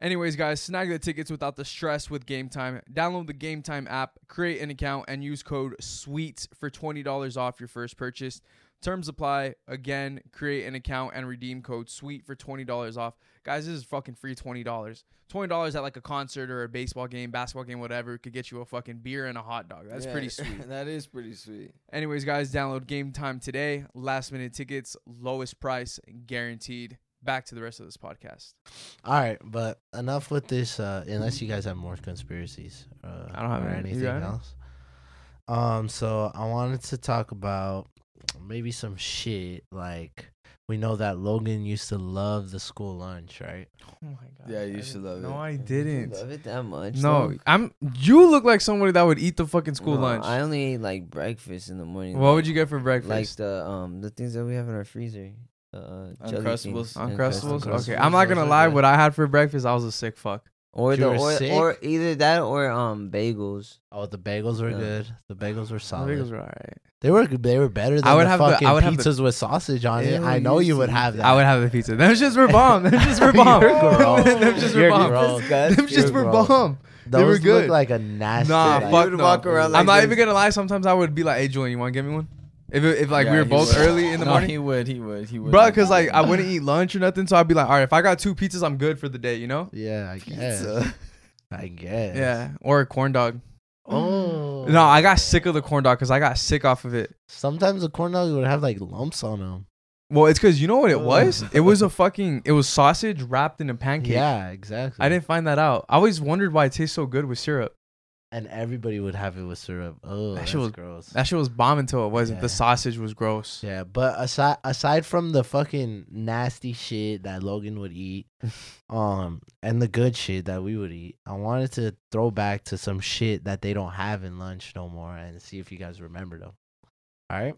S3: Anyways, guys, snag the tickets without the stress with Game Time. Download the Game Time app, create an account, and use code SWEETS for twenty dollars off your first purchase. Terms apply. Again, create an account and redeem code SWEET for twenty dollars off. Guys, this is fucking free twenty dollars. Twenty dollars at like a concert or a baseball game, basketball game, whatever, could get you a fucking beer and a hot dog. That's
S2: Yeah,
S3: pretty sweet.
S2: that is pretty sweet.
S3: Anyways, guys, download Game Time today. Last minute tickets, lowest price guaranteed. Back to the rest of this podcast.
S1: All right, but enough with this. Uh, unless you guys have more conspiracies, uh,
S3: I don't have
S1: or
S3: any. You
S1: anything
S3: got any?
S1: else. Um, so I wanted to talk about maybe some shit like we know that Logan used to love the school lunch, right?
S3: Oh my god.
S2: Yeah, you should love
S3: No,
S2: it.
S3: I
S4: You
S3: didn't.
S4: love it that much?
S3: No,
S4: though?
S3: I'm. You look like somebody that would eat the fucking school
S4: No,
S3: lunch.
S4: I only ate like breakfast in the morning.
S3: what
S4: like-
S3: would you get for
S4: like
S3: breakfast?
S4: the um the things that we have in our freezer? Uh,
S2: Uncrustables.
S4: jelly things,
S2: the-
S3: Uncrustables.
S1: Uncrustables.
S3: Okay, I'm not
S1: Those
S3: gonna
S1: are
S3: lie.
S1: good.
S3: What I had for breakfast, I was a sick fuck.
S4: Or
S1: You
S4: the
S1: were
S4: or,
S1: sick?
S4: or either that or um bagels.
S1: Oh, the bagels were
S4: Yeah.
S1: good. The bagels were solid.
S3: bagels were alright.
S1: They were they were better than
S3: I would
S1: the
S3: have the- I
S1: fucking
S3: would have the-
S1: pizzas with sausage on it.
S2: Ew,
S1: I know
S2: you
S1: you would
S2: see.
S1: have that.
S3: I would have a pizza. Them shits were bomb. Them shits were
S1: You're
S3: bomb.
S1: gross.
S3: Them shits
S1: You're
S3: were bomb.
S1: gross.
S3: Them shits were bomb.
S1: Those
S3: they were
S1: look
S3: good.
S1: like a nasty.
S3: Nah,
S1: like-
S3: fuck no.
S4: walk around like
S3: I'm not
S4: this.
S3: even gonna lie. Sometimes I would be like, "Hey, Julian, you want to get me one?" If it, if like
S2: Yeah,
S3: we were
S2: he
S3: both
S2: would.
S3: early in the
S2: No,
S3: morning,
S2: He would, he would, he would.
S3: Bruh, cause like I wouldn't eat lunch or nothing, so I'd be like, all right, if I got two pizzas, I'm good for the day, you know?
S1: Yeah, I guess.
S2: Pizza.
S1: I guess.
S3: Yeah, or a corn dog.
S1: Oh.
S3: No, I got sick of the corn dog because I got sick off of it.
S1: Sometimes the corn dogs would have like lumps on them.
S3: Well, it's cause you know what it
S1: Ugh.
S3: was? It was a fucking, it was sausage wrapped in a pancake.
S1: Yeah, exactly.
S3: I didn't find that out. I always wondered why it tastes so good with syrup.
S1: And everybody would have it with syrup. Oh,
S3: That
S1: that's
S3: shit was-
S1: gross.
S3: That shit was bomb until it wasn't.
S1: Yeah.
S3: The sausage was gross.
S1: yeah, but aside aside from the fucking nasty shit that Logan would eat, um, and the good shit that we would eat, I wanted to throw back to some shit that they don't have in lunch no more, and see if you guys remember them. All right.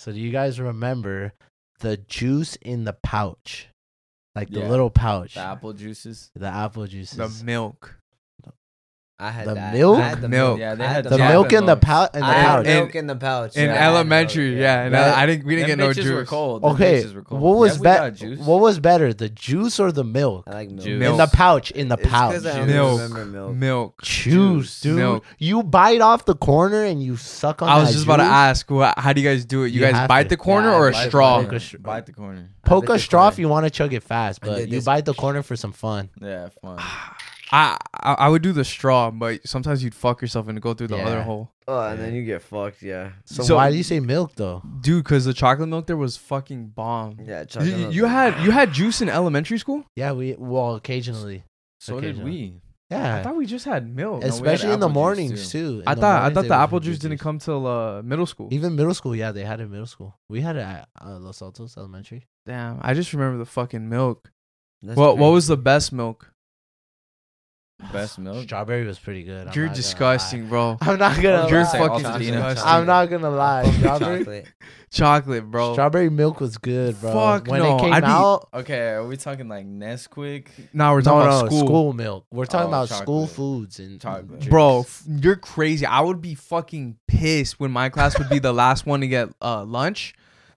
S1: So do you guys remember the juice in the pouch, like the
S2: Yeah.
S1: little pouch,
S2: The
S1: the,
S2: apple juices.
S1: apple juices,
S3: The milk.
S4: I had
S1: The
S4: that.
S1: milk?
S4: I had the
S3: Milk.
S2: Yeah, they
S4: I
S2: had
S1: the
S2: Yeah.
S1: milk in the
S2: Milk.
S1: pouch and the
S4: I had
S1: pouch.
S3: And-
S4: milk in the pouch.
S3: In
S4: yeah, I had milk,
S3: elementary, yeah. and
S1: That-
S3: I, I didn't. We didn't
S2: Them
S3: get no
S2: bitches
S3: juice.
S2: Were cold. Them
S1: Okay,
S2: bitches were cold.
S1: what was
S2: yeah, we
S1: better?
S2: got juice.
S1: What was better, the juice or the milk?
S4: I like milk.
S2: Juice.
S1: In
S3: Milk.
S1: the pouch, in the
S4: It's 'cause
S1: pouch.
S4: I
S2: Juice.
S4: always
S3: Milk.
S4: remember milk.
S3: Milk.
S1: Juice, dude.
S3: Milk.
S1: You bite off the corner and you suck on.
S3: I was
S1: that
S3: just about to
S1: juice?
S3: ask, wha- how do you guys do it? You,
S1: You
S3: guys
S1: have
S3: bite
S1: to.
S3: the corner
S4: Yeah,
S3: or a
S2: Bite the
S3: straw?
S2: corner.
S1: Stra-
S2: Bite the corner.
S1: Poke a
S4: did
S1: straw
S4: this
S1: if you want to chug it fast, but
S4: did
S1: you
S4: this-
S1: bite the corner for some fun.
S2: Yeah, fun.
S3: I, I I would do the straw, but sometimes you'd fuck yourself and go through the
S1: Yeah.
S3: other hole,
S4: Oh, and then you get fucked, yeah.
S1: So,
S3: So-
S1: why do you say milk though?
S3: dude. Because the chocolate milk there was fucking bomb.
S4: Yeah,
S3: You,
S4: chocolate milk.
S3: you had you had juice in elementary school.
S1: Yeah, we well occasionally.
S2: So did we.
S3: I
S1: Yeah,
S3: thought we just had milk.
S2: It's-
S1: especially in the
S2: apple juice,
S1: mornings too. In
S3: I
S1: the
S3: thought I
S1: mornings,
S3: thought
S1: they
S3: the
S1: would
S3: apple
S1: do
S3: juice didn't come till uh, middle school.
S1: Even middle school, yeah, they had it in middle school. We had it at uh, Los Altos Elementary.
S3: Damn, I just remember the fucking milk.
S4: That's
S3: What what
S4: crazy.
S3: was the best milk?
S2: Best milk.
S1: Strawberry was pretty good. I'm
S3: You're
S1: not gonna
S3: disgusting, bro.
S1: lie. I'm not gonna.
S3: You're
S1: lie.
S3: fucking
S2: Chocolate.
S3: disgusting.
S1: I'm not gonna lie.
S4: Fucking
S1: Strawberry,
S4: chocolate.
S3: Chocolate, bro.
S1: Strawberry milk was good, bro.
S3: Fuck
S1: when
S3: no,
S1: it came
S3: I'd be-
S1: out,
S2: Okay, are we talking like Nesquik?
S3: Now we're
S1: no,
S3: talking about
S1: no,
S3: school.
S1: school. milk. We're talking
S2: Oh,
S1: about school
S2: chocolate.
S1: foods and
S2: Chocolate.
S1: drinks.
S3: Bro, f- you're crazy. I would be fucking pissed when my class would be the last one to get uh, lunch,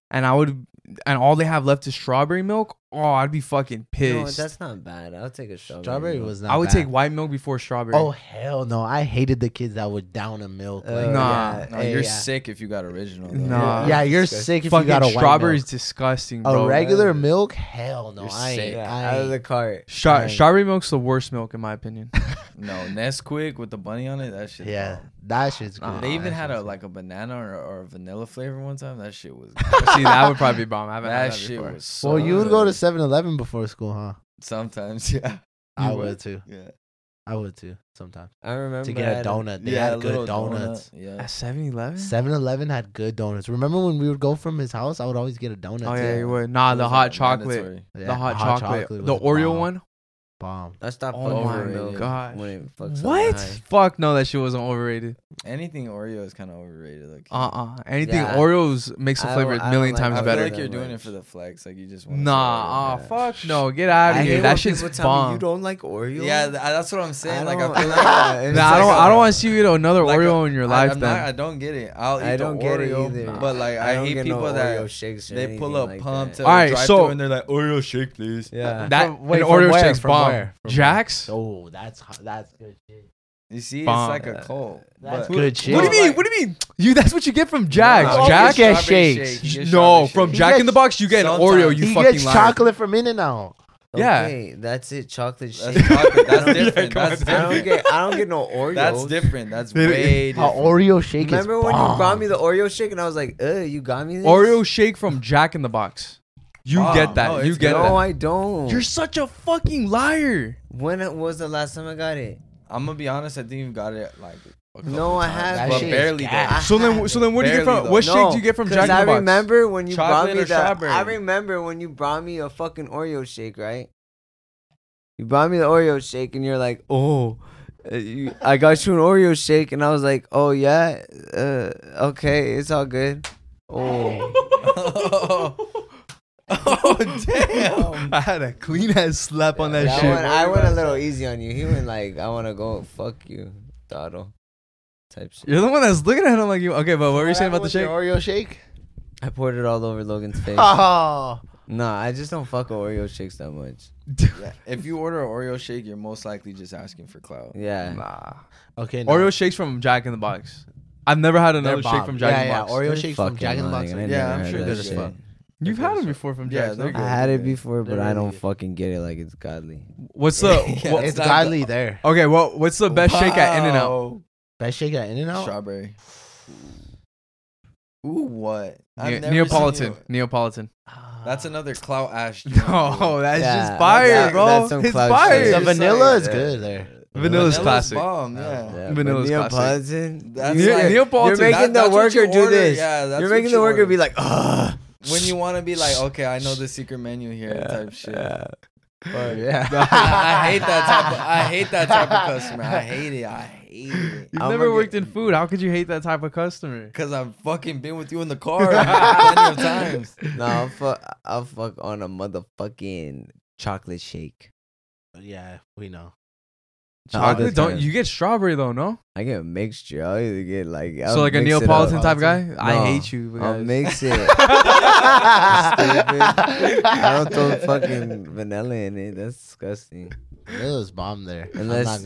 S3: and I would, and all they have left is strawberry milk. Oh, I'd be fucking
S4: No,
S3: pissed.
S4: that's not bad. I'll take a strawberry.
S1: strawberry
S4: milk.
S1: was not.
S3: I would
S1: bad.
S3: take white milk before strawberry.
S1: Oh hell no! I hated the kids that would down a milk.
S4: Uh,
S1: like,
S3: Nah.
S1: yeah,
S2: No,
S1: yeah,
S2: you're
S1: yeah.
S2: sick if you got original. Though.
S3: Nah.
S1: Yeah, you're
S4: Disgusting.
S1: sick if you
S3: fucking
S1: got a white
S3: strawberry is
S1: milk.
S3: disgusting,
S1: A
S3: bro.
S1: regular milk? Hell no!
S2: You're
S1: I ain't.
S2: sick.
S4: Yeah,
S1: I
S4: out of the
S1: ain't.
S4: cart.
S3: Stra-
S1: Right.
S3: Strawberry milk's the worst milk in my opinion.
S2: No, Nesquik with the bunny on it. That shit.
S1: Yeah,
S2: bomb.
S1: that shit's good.
S3: Nah.
S2: They even
S1: That
S2: had
S1: shit's
S2: a
S1: good.
S2: like a banana or, or a vanilla flavor one time. That shit was.
S3: See, that would probably be bomb. I haven't had
S2: that
S3: that
S2: shit
S3: before.
S2: was. So
S1: Well, you would go to
S2: good.
S1: 7-Eleven before school, huh?
S2: sometimes. Yeah.
S1: I
S3: You
S1: would.
S3: would.
S1: too.
S2: Yeah.
S1: I would too sometimes
S4: I remember
S1: to
S4: I
S1: get
S4: had
S1: a donut. They
S2: yeah, a
S1: had
S2: little
S1: good
S2: donut,
S1: donuts.
S2: Yeah.
S3: At 7-Eleven?
S1: 7-Eleven had good donuts. Remember when we would go from his house? I would always get a donut.
S3: Oh
S1: too.
S3: yeah,
S2: yeah.
S3: you would. Nah,
S2: It
S3: the
S2: was,
S3: hot
S2: like,
S3: chocolate.
S2: mandatory.
S1: Yeah,
S3: The hot chocolate. The
S1: was
S3: Oreo
S1: bomb.
S3: one?
S1: Bomb.
S4: I stopped
S3: Oh
S4: fucking
S2: my
S4: with milk.
S3: gosh.
S4: when it fucks up
S3: What?
S4: high.
S3: Fuck no, that shit wasn't overrated.
S2: Anything Oreo is kind of overrated. Like.
S3: Uh uh Anything
S4: Yeah, I-
S3: Oreos makes the
S4: I
S3: flavor
S4: don't-
S3: a
S4: I
S3: million
S4: don't like
S2: I
S3: times
S2: feel
S3: better.
S2: like you're
S4: that
S2: doing it
S4: much.
S2: for the flex. Like you just want.
S3: Nah,
S4: Yeah.
S3: oh fuck no, get out of
S4: I
S3: here.
S4: hate
S3: That
S4: when
S3: shit's
S4: people tell me
S3: bomb.
S4: You don't like Oreo?
S2: Yeah, th- I- that's what I'm saying. like I feel like.
S4: like
S3: Nah, I don't.
S2: like
S3: I
S2: a-
S3: don't want to see you eat another
S2: like
S3: Oreo in your life.
S2: I, I'm
S3: then
S2: not, I don't get it. I'll eat
S4: I
S2: the
S4: don't get it
S2: Oreo,
S4: either.
S2: But like I,
S4: don't
S2: hate
S4: get
S2: people
S4: no
S2: that
S4: Oreo shakes or
S2: they pull up
S4: anything like
S2: pumped
S4: that.
S2: up
S3: Alright,
S2: drive
S3: so-
S2: through and they're like Oreo shake please.
S4: Yeah.
S3: that
S1: From- wait,
S3: an
S1: from
S3: Oreo
S1: where?
S3: shakes
S1: From
S3: bomb.
S1: where? From
S3: Jax.
S1: Oh, that's hot. That's good shit.
S2: You see,
S3: Bomb.
S2: it's like a cult.
S1: That's
S2: but-
S1: good shit.
S3: What do you
S2: No,
S3: mean?
S2: like-
S3: what do you mean? You? That's what you get from Jax.
S1: No,
S3: Jax.
S1: you get
S2: Strawberry
S1: shakes.
S2: shake, you get
S3: no,
S2: strawberry
S3: from
S2: shake.
S3: Jack in the
S1: gets-
S3: Box, you get an Oreo.
S2: sometimes-
S3: You
S1: he
S3: fucking
S1: gets
S3: liar.
S1: chocolate from In and Out.
S3: Yeah.
S4: Okay, that's it. Chocolate shake.
S2: That's chocolate. That's
S3: Yeah,
S2: different.
S3: come
S2: That's
S3: on.
S4: I don't
S2: different.
S4: get. I don't get no Oreo.
S2: That's different. That's
S3: Dude,
S2: way
S1: An
S2: different.
S1: Oreo shake is
S4: Remember when you brought
S1: bomb.
S4: me the Oreo shake and I was like, "Uh, you got me this
S3: Oreo shake from Jack in the Box. You
S2: Wow.
S3: get that.
S2: No,
S3: you
S2: it's
S3: get
S4: No,
S3: that.
S4: I don't.
S3: You're such a fucking liar.
S4: When it was the last time I got it?
S2: I'm gonna be honest. I think you got it like. a couple
S4: No, I
S2: times,
S4: haven't.
S1: That
S2: but
S1: shit is
S2: barely.
S1: gas.
S2: though.
S3: So then, so then, what do you get
S2: Barely,
S3: from?
S2: though.
S3: What
S4: No,
S3: shake do you get from
S4: 'cause
S3: Jack in the
S4: I
S3: Box?
S4: remember when you
S2: Chocolate
S4: brought me
S2: or
S4: the.
S2: strawberry?
S4: I remember when you brought me a fucking Oreo shake, right? You brought me the Oreo shake, and you're like, "Oh, uh, you, I got you an Oreo shake," and I was like, "Oh yeah, uh, okay, it's all good." Oh,
S2: Oh damn!
S3: I had a clean ass slap on that
S4: That
S3: shit.
S4: one, I went a little easy on you. He went like, I want to go fuck you, Dotto, type shit.
S3: You're the one that's looking at him like you. Okay, but what were you saying about the
S1: happened
S3: shake?
S1: with your Oreo shake?
S4: I poured it all over Logan's face.
S1: Oh,
S4: nah, I just don't fuck with Oreo shakes that much.
S2: Yeah, if you order an Oreo shake, you're most likely just asking for clout.
S4: Yeah.
S3: Nah.
S1: okay. no.
S3: Oreo shakes from Jack in the Box. I've never had another
S1: They're
S3: shake
S1: bomb.
S3: from Jack
S1: Yeah,
S3: in the
S1: yeah,
S3: Box.
S1: Oreo
S4: They're
S1: shakes from
S4: fucking
S1: Jack in the
S4: lying.
S1: Box.
S4: I
S1: Yeah,
S4: never
S2: I'm
S4: heard
S2: sure
S4: of
S2: they're
S4: that
S2: just
S4: shit.
S2: fuck.
S3: You've
S2: Okay,
S3: had them
S2: so-
S3: before from
S2: Yeah,
S3: Jack.
S2: they're
S4: I
S2: good.
S4: had it before, but
S1: They're
S4: I
S1: really
S4: don't
S1: good.
S4: fucking get it like it's godly.
S3: What's the
S2: Yeah,
S3: what,
S1: it's
S2: not
S1: godly there.
S3: okay? What what's the best shake at In and Out?
S2: Wow.
S1: Best shake at In and Out.
S2: Strawberry. Ooh, what? I've never seen
S3: Neapolitan,
S2: you-
S3: Neapolitan.
S2: That's another clout ash. drink,
S3: Uh-huh. No,
S2: dude.
S3: that's
S4: Yeah,
S3: just fire,
S4: that-
S3: bro.
S4: that's some
S3: it's
S4: clout
S3: fire.
S4: shit.
S1: The
S2: It's like-
S1: vanilla is good there.
S3: Vanilla's classic.
S2: bomb,
S3: Uh,
S1: Yeah.
S2: yeah.
S4: but
S3: Vanilla's classic.
S4: Neapolitan?
S2: That's
S4: you're,
S2: like-
S4: you're
S3: Neapolitan,
S4: making
S2: That-
S4: the
S2: that's what you
S4: worker do
S2: order,
S4: this.
S2: Yeah, that's
S4: you're
S2: what
S4: making
S2: you
S4: the worker
S2: order.
S4: be like, ugh.
S2: when you want to be like, okay, I know the secret menu here, type shit. But
S1: Yeah.
S2: I I hate that type. Of, I hate that type of customer. I hate it. I hate it.
S3: You've
S4: I'm
S3: never
S4: gonna-
S3: worked in food. How could you hate that type of customer?
S2: Cause I've fucking been with you in the car plenty of times.
S4: No, I'll fuck, I'll fuck on a motherfucking chocolate shake.
S1: Yeah, we know.
S4: All the
S3: Chocolate? Don't
S4: time.
S3: you get strawberry though? No.
S4: I get a mixture. I'll either get like I'll
S3: so like a
S4: mix it up.
S3: Neapolitan type guy. I
S4: No,
S3: hate you.
S4: I'll
S3: guys.
S4: mix it. I
S1: I
S4: don't throw fucking vanilla in it. That's disgusting.
S1: Vanilla's bomb there.
S4: Unless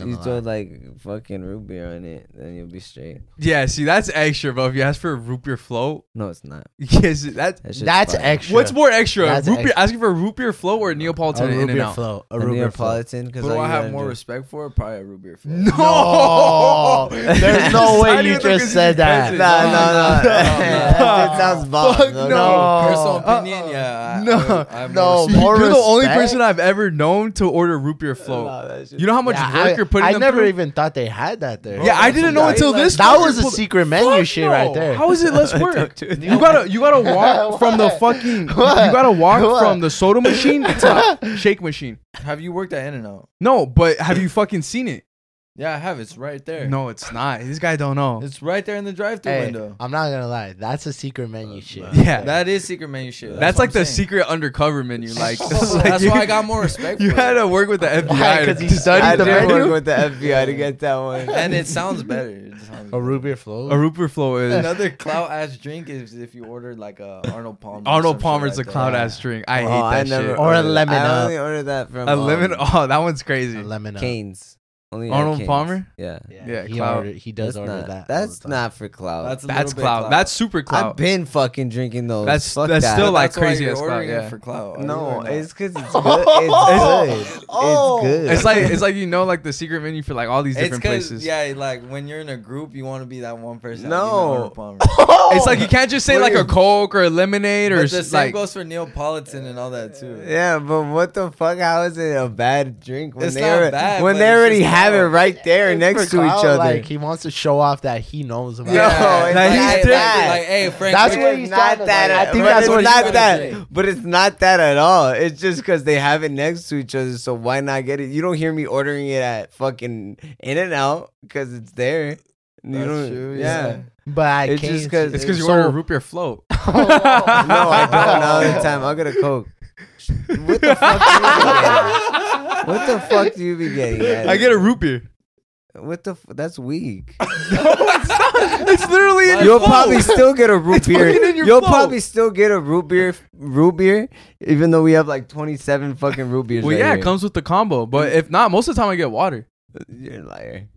S1: I'm not
S4: you
S1: gonna
S4: throw
S1: lie.
S4: like fucking root beer on it, then you'll be straight.
S3: Yeah, see, that's extra, bro. If you ask for a root beer float,
S4: No, it's not.
S3: yes, that's
S4: That shit's
S1: That's
S4: fire.
S1: extra.
S3: what's more extra.
S1: That's
S3: root beer,
S1: extra.
S3: asking for a root beer float or a Neapolitan
S1: a root
S3: in and
S1: beer
S3: out.
S1: flow? A
S4: A
S1: root beer flow.
S4: Neapolitan. Because
S2: But do I have more respect for probably a root beer. float.
S1: No,
S3: No,
S1: there's no way
S3: Not
S1: you
S3: even
S1: just
S3: because
S1: said
S3: it's
S1: that.
S3: expensive.
S4: Nah, nah,
S2: no,
S4: nah.
S2: no.
S4: That sounds bomb.
S3: Fuck
S4: no,
S3: no.
S2: Personal
S4: Uh-uh.
S1: No.
S2: opinion, yeah. I- I,
S3: No.
S2: would- I have
S1: No,
S2: more respect.
S1: more
S3: You're the only
S1: respect?
S3: person I've ever known to order root beer float. You know how much
S1: Yeah,
S3: work
S1: I,
S3: you're putting.
S1: I
S3: them
S1: never
S3: through?
S1: even thought they had that there.
S3: Yeah, I didn't know
S2: Yeah,
S3: until
S2: like-
S3: this.
S1: That
S3: fucking
S1: was a
S3: pull-
S1: secret menu
S3: Fuck
S1: shit
S3: no.
S1: right there.
S3: How is it less work?
S4: to-
S3: you gotta you gotta walk from the
S1: What?
S3: fucking
S1: What?
S3: you gotta walk
S1: What?
S3: from the soda machine to the shake machine.
S2: Have you worked at In and Out?
S3: No, but have you fucking seen it?
S2: Yeah, I have. It's right there.
S3: No, it's not. This guy don't know.
S2: It's right there in the drive-through
S1: Hey,
S2: window.
S1: I'm not gonna lie, that's a secret menu shit.
S3: yeah,
S2: That is secret menu shit.
S3: that's,
S2: what
S3: like
S2: I'm
S3: the
S2: saying.
S3: secret undercover menu. Like, this is like
S2: That's
S3: you-
S2: why I got more respect.
S3: You
S2: for
S3: had
S2: it.
S3: to work with the FBI
S1: Why?
S3: to
S1: 'Cause he
S4: I
S3: study
S1: studied
S3: the
S4: did
S1: Menu?
S4: work
S3: menu.
S4: with the FBI to get that one.
S2: and it sounds better. It sounds
S1: A
S2: better.
S1: root beer flow.
S3: A root beer flow is
S2: Another clout ass drink is if you ordered like a Arnold Palmer. or some
S3: Arnold
S2: shit
S3: Palmer's a
S2: like that.
S3: clown ass drink. I
S4: Oh,
S3: hate
S4: I
S3: that
S4: never
S3: shit.
S1: Or a
S4: ordered-
S1: lemon
S4: I
S1: up.
S4: only ordered that from
S3: a lemon.
S4: um,
S3: Oh, that one's crazy.
S1: A lemon up.
S4: Canes. Only at
S3: Arnold
S4: Cane's.
S3: Palmer?
S4: Yeah.
S3: Yeah,
S1: he,
S3: clout.
S1: ordered- he does
S4: that's
S1: order
S4: not,
S1: that. all the
S4: That's
S1: time.
S4: not for clout.
S2: That's a
S3: That's
S2: little bit
S3: clout. That's super
S4: I've
S3: clout.
S4: been fucking drinking those.
S3: That's-
S4: Fuck
S3: that's
S4: that.
S3: still like
S2: That's why
S3: crazy
S2: you're
S3: as clout,
S2: ordering it
S3: yeah.
S2: for clout.
S4: no.
S2: Are you or
S4: It's
S2: not?
S4: because it's good. It's good.
S1: Oh.
S4: It's good.
S3: It's like it's like you know like the secret menu for like all these
S2: it's
S3: different
S2: because
S3: places.
S2: yeah, like when you're in a group, you want to be that one person.
S4: No.
S2: Arnold Palmer.
S3: It's like you can't just say
S4: What
S3: like
S4: is-
S3: a coke or a lemonade or
S2: But the
S3: s-
S2: same
S3: like
S2: goes for Neapolitan and all that too.
S4: Yeah, but what the fuck? How is it a bad drink when
S2: It's
S4: they
S2: not
S4: alre-
S2: bad,
S4: when
S2: but
S4: they
S2: it's
S4: already
S2: just
S4: have it
S2: clout.
S4: right there
S1: It's
S4: next
S1: for
S4: to each
S1: clout,
S4: other?
S1: Like he wants to show off that he knows about.
S4: Yeah.
S1: it.
S2: like,
S4: it's like
S2: hey,
S4: he's
S2: like,
S4: dead.
S2: like, hey, Frank,
S1: That's
S2: we're-
S1: where
S4: But
S1: he's
S4: it's not
S1: trying to-
S4: that.
S1: I
S4: at-
S1: think
S4: but
S1: that's
S4: it's
S1: what he's
S4: not
S2: gonna
S4: that.
S2: say.
S4: But it's not that at all. It's just because they have it next to each other. So why not get it? You don't hear me ordering it at fucking In and Out because it's there. You
S2: That's
S4: don't.
S2: true,
S4: yeah.
S2: yeah.
S1: But I
S4: It's
S1: can't.
S4: just 'cause-
S3: it's because you
S1: So-
S3: order a root beer float.
S4: No, I don't. Now the time I'll get a Coke. What the fuck? Do you be getting? What the fuck do you be getting? At?
S3: I get a root beer.
S4: What the? F- that's weak.
S3: It's literally in
S4: You'll
S3: your float.
S4: probably still get a root
S3: It's fucking
S4: beer.
S3: in your
S4: You'll
S3: float.
S4: probably still get a root beer, root beer, even though we have like twenty seven fucking root beers.
S3: Well,
S4: right
S3: yeah,
S4: here.
S3: it comes with the combo. But if not, most of the time I get water.
S4: You're a liar.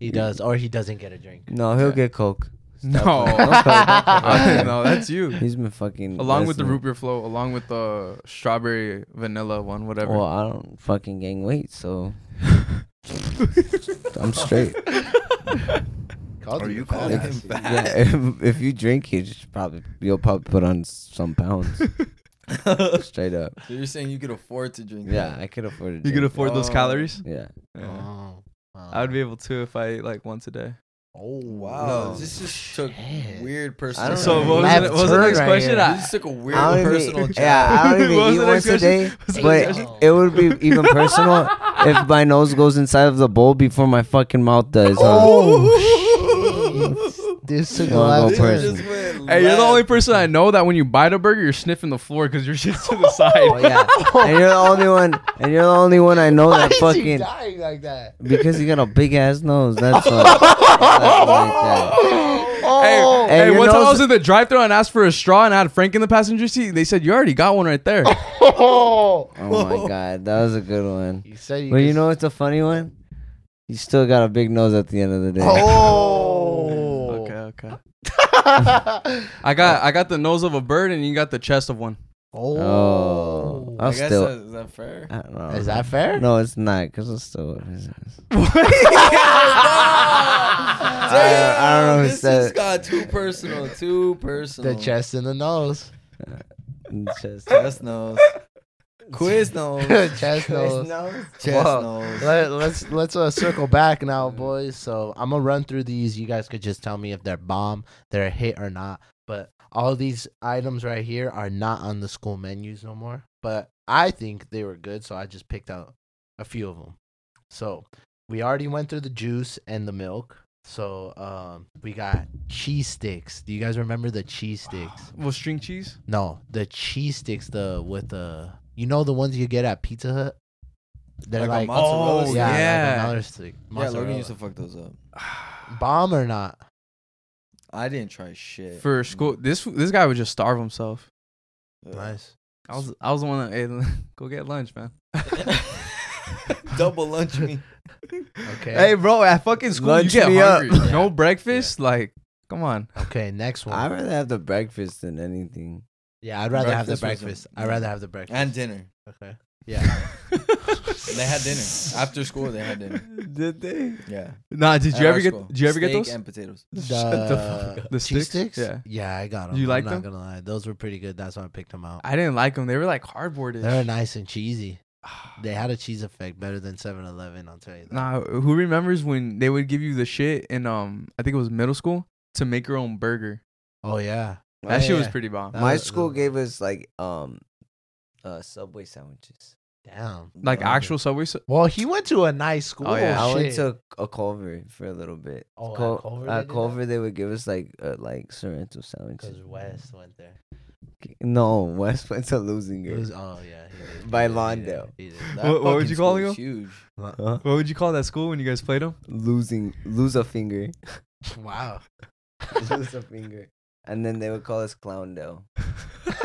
S1: He does, or he doesn't get a drink.
S4: No, he'll get coke.
S3: No,
S4: Okay.
S3: no, that's you.
S4: He's been fucking
S3: Along with the
S4: listening.
S3: root beer float, along with the strawberry vanilla one, whatever.
S4: Well, I don't fucking gain weight, so I'm straight.
S1: Called
S2: Are
S1: him
S2: you
S1: fat
S2: calling
S1: ass.
S2: him fat?
S4: Yeah, if, if you drink, you just probably you'll probably put on some pounds. straight up.
S2: So you're saying you could afford to drink?
S4: Yeah,
S2: that.
S4: I could afford it.
S3: you could afford those
S2: Oh.
S3: calories.
S4: Yeah.
S1: Oh, wow.
S3: I would be able to if I ate like once a day.
S1: Oh
S2: Wow,
S1: no.
S2: this just took
S1: Shit.
S2: weird
S4: I
S2: personal.
S4: don't
S3: So
S4: know.
S3: what was,
S1: Left
S3: the- what was the
S1: turn
S3: next
S1: right
S3: question?
S1: here.
S2: You
S3: I-
S2: just took a weird
S4: I don't
S2: personal.
S4: even,
S2: jab.
S4: yeah, I don't
S3: What
S4: even
S3: was
S4: eat
S3: the
S4: once
S3: next
S4: a day,
S3: question? What's the
S4: but
S3: next
S1: question?
S4: it would be even personal if my nose goes inside of the bowl before my fucking mouth does. Huh?
S1: Oh, shit. This took a
S4: One
S1: lot
S4: more
S1: of time.
S4: person.
S2: Just went
S3: Hey, you're the
S2: left.
S3: only person I know that when you bite a burger, you're sniffing the floor because your shit's to the
S4: Oh
S3: side.
S4: yeah, and you're the only one, and you're the only one I know
S1: Why
S4: that
S1: is he
S4: fucking
S1: dying like that?
S4: because you got a big ass nose. That's why. That's why like that.
S1: Oh,
S3: Hey,
S4: And
S3: hey
S4: your
S3: once I
S4: nose-
S3: was in the drive-thru and asked for a straw and I had Frank in the passenger seat, they said you already got one right there.
S4: Oh my god, that was a good one.
S1: You said you.
S4: But you
S1: just-
S4: know what's a funny one? You still got a big nose at the end of the day.
S1: Oh.
S3: Okay, okay. I got I got the nose of a bird and you got the chest of one.
S4: Oh,
S1: oh.
S4: I'll
S2: I guess
S4: still.
S2: that, is that fair?
S4: I don't know.
S1: Is that fair?
S4: No, it's not, because it's still. I don't know who
S2: This
S4: said
S2: has
S4: it.
S2: got too personal. Too personal.
S1: The chest and the nose.
S4: It's just,
S2: Chest nose. Quiz nose.
S1: chest nose.
S2: Chest
S1: Whoa.
S2: nose.
S1: Let, let's let's uh, circle back now, boys. So I'm gonna run through these. You guys could just tell me if they're bomb, they're a hit or not. But all these items right here are not on the school menus no more. But I think they were good, so I just picked out a few of them. So we already went through the juice and the milk. So um, we got cheese sticks. Do you guys remember the cheese sticks?
S3: Well, string cheese.
S1: No, the cheese sticks. The with the you know the ones you get at Pizza Hut. They're
S2: Like a
S1: like,
S2: Mozzarella
S1: oh
S2: stick.
S1: yeah, yeah.
S3: Yeah.
S1: another stick.
S2: Yeah, Logan
S1: Mozzarella.
S2: used to fuck those up.
S1: bomb or not?
S2: I didn't try shit.
S3: For school, this this guy would just starve himself.
S2: Ugh.
S1: Nice.
S3: I was I was the one that hey, go get lunch, man.
S2: Double lunch me.
S1: Okay.
S3: Hey, bro, at fucking school
S4: Lunch
S3: you get
S4: me up.
S3: hungry. No breakfast, like, come on.
S1: Okay, next one.
S4: I'd rather have the breakfast than anything.
S1: yeah, I'd rather have the
S2: Breakfast was a-
S1: breakfast. I'd rather have the breakfast.
S2: And dinner.
S1: okay. Yeah.
S2: They had dinner. After school, they had dinner.
S4: Did they?
S2: Yeah.
S3: Nah, did
S2: At
S3: you
S2: our
S3: ever
S2: school.
S3: get? Did you ever get
S2: Steak
S3: those?
S2: And potatoes.
S1: The,
S3: Shut the fuck up. The
S1: cheese
S3: sticks?
S1: sticks?
S3: Yeah.
S1: Yeah, I got them.
S3: You like
S1: I'm
S3: them?
S1: not gonna lie, those were pretty good. That's why I picked them out.
S3: I didn't like them. They were like cardboardish.
S1: They were nice and cheesy. They had a cheese effect better than 7-Eleven. I'll tell you that.
S3: Nah, who remembers when they would give you the shit in um I think it was middle school to make your own burger.
S1: Oh yeah. Oh,
S3: That shit was
S1: yeah.
S3: pretty bomb.
S1: That
S4: My
S1: was-
S4: school gave us like um, uh, Subway sandwiches.
S1: Damn.
S3: Like
S2: Burger.
S3: actual Subway. s-
S1: Well, he went to a nice school.
S3: Oh, yeah.
S4: I went
S1: shit.
S4: to a Culver for a little bit.
S1: Oh, at
S4: Cul-
S1: Culver they
S4: At
S1: did that?
S4: Culver, they would give us like uh, like Sorrento sandwiches.
S1: Cause West went there.
S4: No, West went to losing
S1: It was,
S4: it.
S1: oh yeah. he did,
S4: By
S1: he did, he did,
S4: Lawndale.
S1: he did.
S2: That
S3: What- what would
S2: fucking
S3: you call
S2: school
S3: it,
S2: was Huge.
S4: Huh?
S3: What would you call that school when you guys played them?
S4: Losing, lose a finger,
S1: Wow.
S4: lose a finger, and then they would call us Clowndale.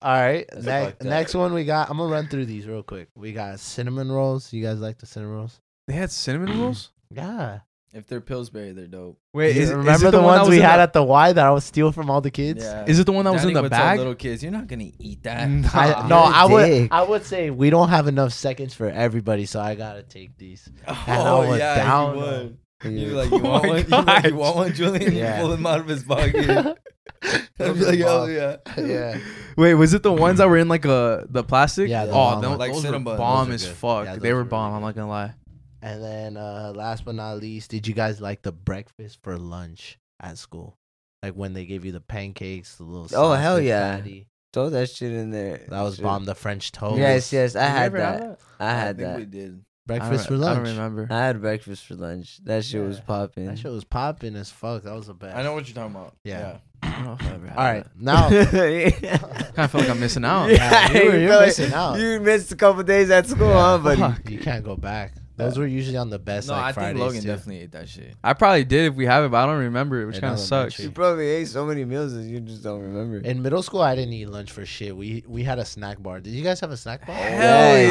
S1: All right.
S4: That's
S1: Next,
S4: fucked up.
S1: next one we got. I'm gonna run through these real quick. We got cinnamon rolls. You guys like the cinnamon rolls?
S3: They had cinnamon rolls.
S1: Yeah.
S2: If they're Pillsbury, they're dope.
S3: Wait,
S1: You
S3: is,
S1: remember
S3: is it
S1: the,
S3: the, one that
S1: ones
S3: was
S1: we
S3: in
S1: had
S3: the-
S1: at the Y that I would steal from all the kids?
S2: Yeah.
S3: Is it the one that was
S2: Danny
S3: in the
S2: would tell
S3: bag?
S2: Little kids, you're not gonna eat that.
S3: Nah.
S1: I, no,
S4: You're a
S1: I would.
S4: dick.
S1: I would say we don't have enough seconds for everybody, so I gotta take these. I was down
S2: you
S1: on
S2: would. You'd be
S4: Yeah.
S2: like, you
S3: Oh
S2: want
S3: my
S2: one? You, like,
S3: God.
S2: you want one, Julian?
S1: Yeah.
S2: You pull him out of his pocket. I'd be
S1: are
S2: like, oh
S1: bomb.
S2: yeah.
S1: yeah.
S3: Wait, was it the ones that were in like a the plastic?
S1: Yeah, the
S3: oh,
S1: bomb
S3: them,
S1: ones.
S2: Like
S3: those were
S2: Cinnabon, those
S3: bomb
S1: are
S3: as
S1: good.
S3: fuck.
S1: Yeah,
S3: they
S1: those
S3: were
S1: were
S3: bomb.
S1: really
S3: I'm not gonna lie.
S1: And then uh last but not least, did you guys like the breakfast for lunch at school? Like when they gave you the pancakes, the little
S4: Oh, hell
S1: sausage
S4: yeah.
S1: patty.
S4: Throw that shit in there.
S1: That was
S4: Shit.
S1: bomb the French toast.
S4: Yes, yes, I
S3: You
S4: had
S3: ever
S4: that.
S3: have
S4: I
S2: I
S4: had
S2: think
S4: that.
S2: we did.
S1: Breakfast
S3: I
S1: for
S3: don't- I
S1: lunch.
S3: don't remember.
S4: I had breakfast for lunch. That shit was
S1: Yeah.
S4: popping.
S1: That shit was popping as fuck. That was the best.
S2: I know what you're talking about.
S1: Yeah.
S3: I don't know if I ever had
S1: All right,
S3: that.
S1: now
S3: Kinda feel like I'm missing out.
S1: Yeah, you were-
S4: you
S1: you're
S4: feel like-
S1: missing out.
S4: You missed a couple days at school,
S1: Yeah.
S4: huh, buddy?
S3: Fuck.
S1: you can't go back. Those were usually on the best.
S2: No,
S1: like,
S2: I think
S1: Fridays,
S2: Logan
S1: too.
S2: definitely ate that shit.
S3: I probably did if we have it, but I don't remember it, which
S1: In
S3: kind of sucks.
S1: elementary.
S4: You probably ate so many meals that you just don't remember.
S1: In middle school, I didn't eat lunch for shit. We we had a snack bar. Did you guys have a snack bar?
S3: Hell
S4: Yes.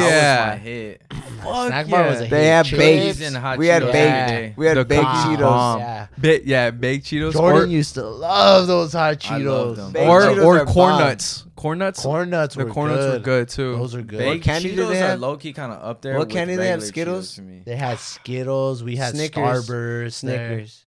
S2: That was my
S3: yeah!
S2: hit.
S3: Fuck
S1: snack bar was a
S3: yeah.
S4: They
S1: hit.
S4: had
S1: Chips,
S4: baked-
S2: Cheese and hot
S4: we had
S2: Cheetos
S4: baked-
S2: every day.
S4: We had
S3: The
S4: baked
S3: cookies.
S4: Cheetos.
S3: Bomb.
S1: Yeah.
S3: Ba- yeah, baked Cheetos
S1: Jordan
S3: or
S1: used to love those hot
S2: I love
S1: Cheetos.
S2: them.
S4: Baked
S3: or,
S4: Cheetos
S3: or
S4: are
S3: corn
S4: bomb.
S3: nuts. Corn nuts.
S1: Corn nuts
S3: the
S1: were
S3: corn
S1: good.
S3: nuts were good too.
S1: Those are good.
S2: Baked
S4: candy
S2: Cheetos
S4: did they
S2: are
S4: have?
S2: low key kind of up there.
S4: What
S2: with
S4: candy they have,
S2: regular
S4: Skittles?
S2: Cheetos to me.
S1: They had Skittles. We had
S4: Snickers.
S1: Starburst. Snickers.
S4: Snickers,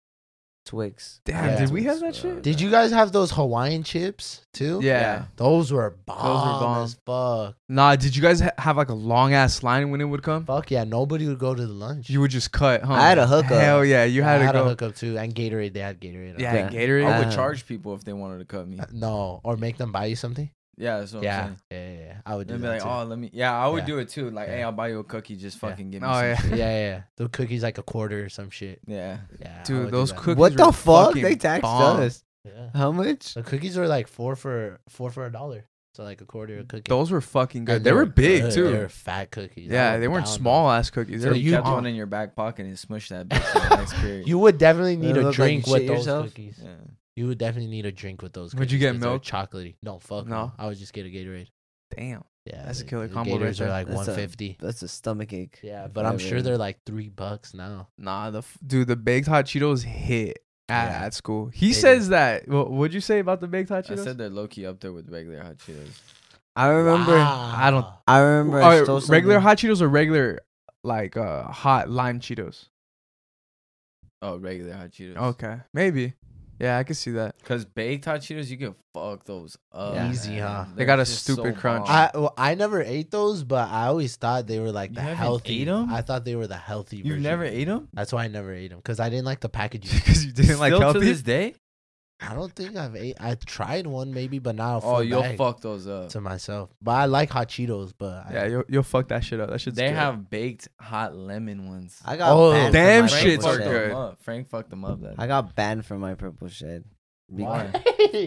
S4: Twix.
S3: Damn,
S1: Yeah.
S3: did we have that shit?
S1: Did you guys have those Hawaiian chips too?
S3: yeah.
S2: Yeah.
S1: Those were bomb,
S3: bomb.
S1: as fuck.
S3: Nah, did you guys ha- have like a long ass line when it would come?
S1: Fuck yeah, nobody would go to the lunch.
S3: You would just cut, huh?
S4: I had a hookup.
S3: Hell yeah, you
S1: I
S3: had
S1: had
S3: to
S1: a
S3: go.
S1: hookup too, and Gatorade. They had Gatorade. on
S3: yeah,
S1: it.
S4: Yeah.
S3: Gatorade.
S2: I
S4: Uh,
S2: would charge people if they wanted to cut me.
S1: No, or make them buy you something.
S2: Yeah, that's what
S1: yeah,
S2: I'm
S1: yeah, yeah, yeah. I would do
S2: saying. They'd be
S1: that
S2: like,
S1: too.
S2: oh, let me. Yeah, I would
S1: Yeah.
S2: do it too. Like,
S1: Yeah.
S2: hey, I'll buy you a cookie. Just
S1: Yeah.
S2: fucking give me.
S3: Oh
S2: some
S3: yeah.
S2: shit."
S1: yeah, yeah, yeah. The cookies like a quarter or some shit.
S2: Yeah.
S1: Yeah, I would
S3: Dude,
S1: do
S3: those
S1: that.
S3: cookies.
S4: What
S3: were
S4: the fuck?
S3: fucking
S4: They taxed
S3: bomb.
S4: us.
S1: Yeah.
S4: How much?
S1: The cookies were like four for four for a dollar, so like a quarter a cookie.
S3: Those were fucking good.
S1: And
S3: They, were big
S1: good.
S3: too.
S1: They were fat cookies. I
S3: yeah,
S1: would
S3: they weren't
S1: down
S3: small
S1: those.
S3: ass cookies. They
S1: So
S3: were
S2: You
S1: you-
S2: kept
S1: Oh.
S2: one in your back pocket and smushed that bitch. in the next period.
S1: You would definitely need
S4: They
S1: a
S4: look like
S1: drink
S4: you
S1: with
S4: shit
S1: those
S4: yourself?
S1: cookies.
S2: Yeah.
S1: You would definitely need a drink with those.
S3: Would
S1: cookies
S3: you get
S1: 'cause they're
S3: milk?
S1: Chocolatey? No, fuck no.
S3: No.
S1: I would just get a Gatorade.
S3: damn.
S1: Yeah,
S3: That's a
S1: the-
S3: killer
S1: the
S3: combo right
S1: Gatorades
S3: there.
S1: are like
S4: That's a-
S1: one fifty.
S4: That's a stomach ache.
S1: Yeah, but I'm sure
S4: Whatever.
S1: they're like three bucks now.
S3: Nah, the f- dude, the baked hot Cheetos hit at,
S1: Yeah.
S3: at school. He
S1: They
S3: says that. What would you say about the baked hot
S2: I
S3: Cheetos?
S2: said they're low key up there with regular hot Cheetos.
S4: I remember.
S1: Wow.
S3: don't-
S4: I remember. I
S3: Alright,
S4: stole
S3: regular
S4: something.
S3: hot Cheetos or regular like uh hot lime Cheetos?
S2: Oh, regular hot Cheetos.
S3: Okay, maybe. Yeah, I could see that.
S2: Cause baked hot Cheetos, you can fuck those up.
S1: Yeah. Easy, huh?
S2: They're
S3: They got a
S2: just
S3: stupid
S2: so
S3: crunch.
S2: bomb.
S1: I well, I never ate those, but I always thought they were like
S2: You
S1: the
S2: haven't
S1: healthy.
S2: ate 'em?
S1: I thought they were the healthy.
S2: you
S1: version.
S2: never ate them?
S1: That's why I never ate them because I didn't like the packaging.
S3: Because you didn't like
S2: Still
S3: healthy.
S2: to this day?
S1: I don't think I've ate. I tried one maybe, but not a full
S2: Oh, you'll
S1: bag
S2: fuck those up.
S1: to myself. But I like hot Cheetos. But I,
S3: yeah, you'll, you'll fuck that shit up. That shit's
S2: They
S3: good.
S2: have baked hot lemon ones.
S4: I got
S1: Oh,
S4: banned from
S3: damn
S4: my
S2: Frank
S3: shits
S4: purple
S3: are
S2: fucked
S4: shed.
S3: good.
S2: Them up. Frank fucked them up. That
S4: I got banned from my purple shed. Be-
S2: Why?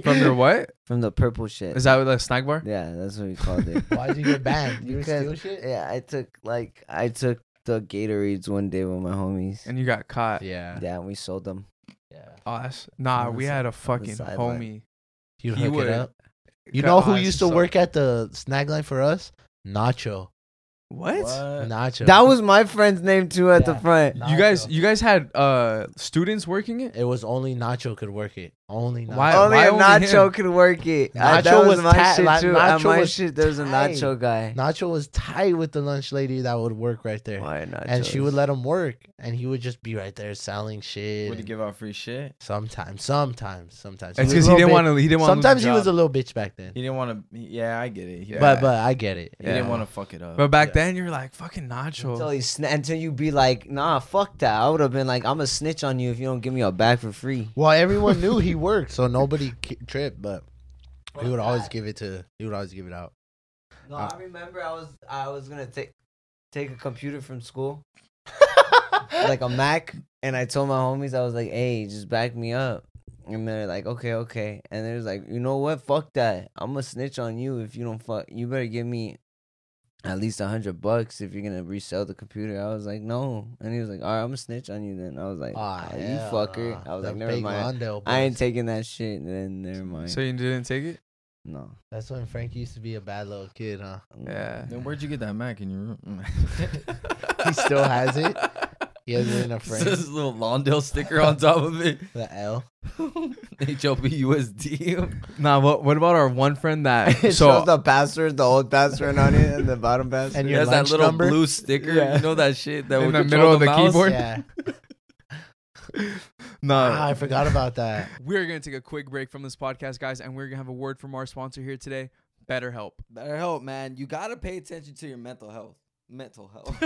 S3: from your what?
S4: From the purple shit.
S3: Is that with a snack bar?
S4: yeah, that's what we called it.
S1: Why'd you get banned? You
S4: Because-
S1: steal shit?
S4: yeah, I took like I took the Gatorades one day with my homies.
S3: And you got caught.
S1: Yeah.
S4: yeah, and we sold them.
S1: Yeah.
S3: Oh, that's, nah,
S4: On the
S3: we
S4: si-
S3: had a fucking
S4: sideline.
S3: homie.
S1: You
S3: He
S1: hook
S3: would-
S1: it up. You
S3: Cut-
S1: know
S3: oh,
S1: who
S3: that's
S1: used to
S3: so-
S1: work at the snag line for us? Nacho.
S3: What?
S1: Nacho.
S4: That was my friend's name too at the
S1: Yeah.
S4: front.
S1: Nah.
S3: You guys,
S1: Nacho.
S3: you guys had uh students working it.
S1: It was only Nacho could work it. Only Nacho.
S3: Why- Oh,
S4: only
S3: why
S4: a
S3: only
S4: nacho
S3: him?
S4: could work it. I- that
S1: Nacho
S4: was,
S1: was
S4: my
S1: ta-
S4: shit
S1: like,
S4: too. At
S1: Nacho
S4: my
S1: was
S4: shit, there was a
S1: tight.
S4: nacho guy.
S1: Nacho was tight with the lunch lady that would work right there.
S4: Why nacho?
S1: And she would let him work, and he would just be right there selling shit.
S2: Would he
S1: and
S2: give out free shit?
S1: sometimes, sometimes, sometimes.
S3: It's
S1: was
S3: because
S1: a
S3: he
S1: little
S3: didn't
S1: bit-
S3: want to. He didn't want.
S1: Sometimes he was a little bitch back then.
S2: He didn't want to. Yeah, I get it. He,
S1: But
S3: Yeah.
S1: but I get it.
S2: he
S1: you
S2: didn't
S1: know.
S2: want to fuck it up.
S3: But back
S1: Yeah.
S3: then, you're like fucking nacho.
S4: Until, you sna- until you be like, nah, fuck that. I would have been like, I'm a snitch on you if you don't give me a bag for free.
S1: Well, everyone knew he worked, so nobody ki- tripped. But he would always give it to. He would always give it out.
S4: No,
S1: Uh,
S4: I remember I was I was gonna take take a computer from school, like a Mac, and I told my homies I was like, "Hey, just back me up." And they're like, "Okay, okay." And they're like, "You know what? Fuck that. I'm gonna snitch on you if you don't fuck. You better give me at least a hundred bucks if you're gonna resell the computer." I was like, "No." And he was like, "All right, I'm gonna snitch on you then." I was like,
S1: Ah,
S4: "Ah, you
S1: hell
S4: fucker."
S1: nah.
S4: I was
S1: The
S4: like, "Never
S1: big
S4: mind.
S1: Londo
S4: I ain't
S1: boys.
S4: taking that shit." And then never mind.
S3: so you didn't take it.
S4: no.
S1: That's when Frank used to be a bad little kid, huh?
S4: no.
S3: Yeah.
S2: Then where'd you get that Mac in your room?
S1: He still has it? He has it in a frame.
S2: This little Lawndale sticker on top of it.
S1: The L.
S2: H O B U S D.
S3: Nah. What? What about our one friend that?
S4: It
S3: so
S4: shows the password, the old password on it, and the bottom password.
S1: And
S2: He
S1: your
S2: has that
S1: lunch
S2: little
S1: number?
S2: blue sticker.
S4: Yeah.
S2: You know that shit that
S3: In
S2: would
S3: the
S2: control
S3: middle of the
S2: mouse?
S3: keyboard?
S1: Yeah. Ah,
S3: nah.
S1: I forgot about that.
S3: Ah, We're gonna take a quick break from this podcast, guys, and we're gonna have a word from our sponsor here today, BetterHelp.
S2: Better help, man. You gotta pay attention to your mental health. Mental health.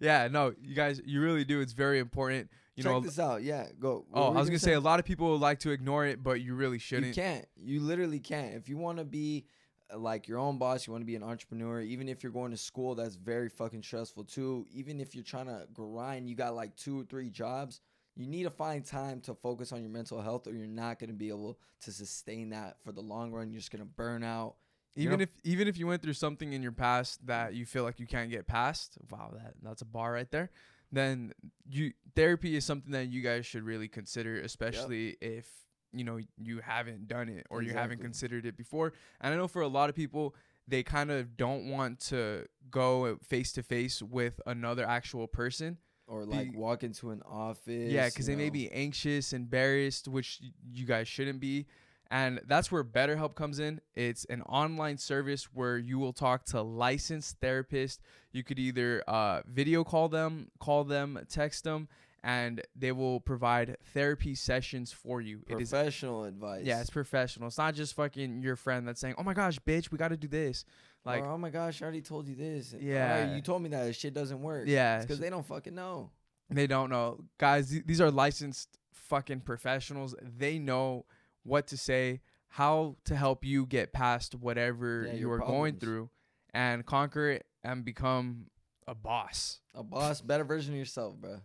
S3: yeah. No, you guys, you really do. It's very important. You know.
S2: out. Yeah, go.
S3: Oh, I was gonna say a lot of people like to ignore it, but you really
S2: You
S3: shouldn't.
S2: can't. You literally can't. If you want to be uh, like your own boss, you want to be an entrepreneur, even if you're going to school, that's very fucking stressful too. Even if you're trying to grind, you got like two or three jobs, you need to find time to focus on your mental health or you're not going to be able to sustain that for the long run. You're just going to burn out. You
S3: Even
S2: know-
S3: if even if you went through something in your past that you feel like you can't get past, wow, that that's a bar right there. Then you therapy is something that you guys should really consider, especially if you know you haven't done it or you haven't
S2: Exactly.
S3: considered it before. And I know for a lot of people, they kind of don't want to go face to face with another actual person
S2: Or like
S3: Be-
S2: walk into an office.
S3: yeah,
S2: you
S3: because they may
S2: know.
S3: be anxious, embarrassed, which y- you guys shouldn't be. And that's where BetterHelp comes in. It's an online service where you will talk to licensed therapists. You could either uh, video call them, call them, text them, and they will provide therapy sessions for you. It is
S2: professional advice.
S3: yeah, it's professional. It's not just fucking your friend that's saying, "Oh my gosh, bitch, we got to do this." Like,
S2: Like, oh my gosh, I already told you this. Alright,
S3: Yeah.
S2: you told me that shit doesn't work.
S3: yeah,
S2: because they don't fucking know.
S3: They don't know. Guys, th- these are licensed fucking professionals. They know what to say, how to help you get past whatever
S2: Yeah,
S3: you
S2: your
S3: are going
S2: problems.
S3: through and conquer it and become a boss.
S2: A boss, better version of yourself, bro.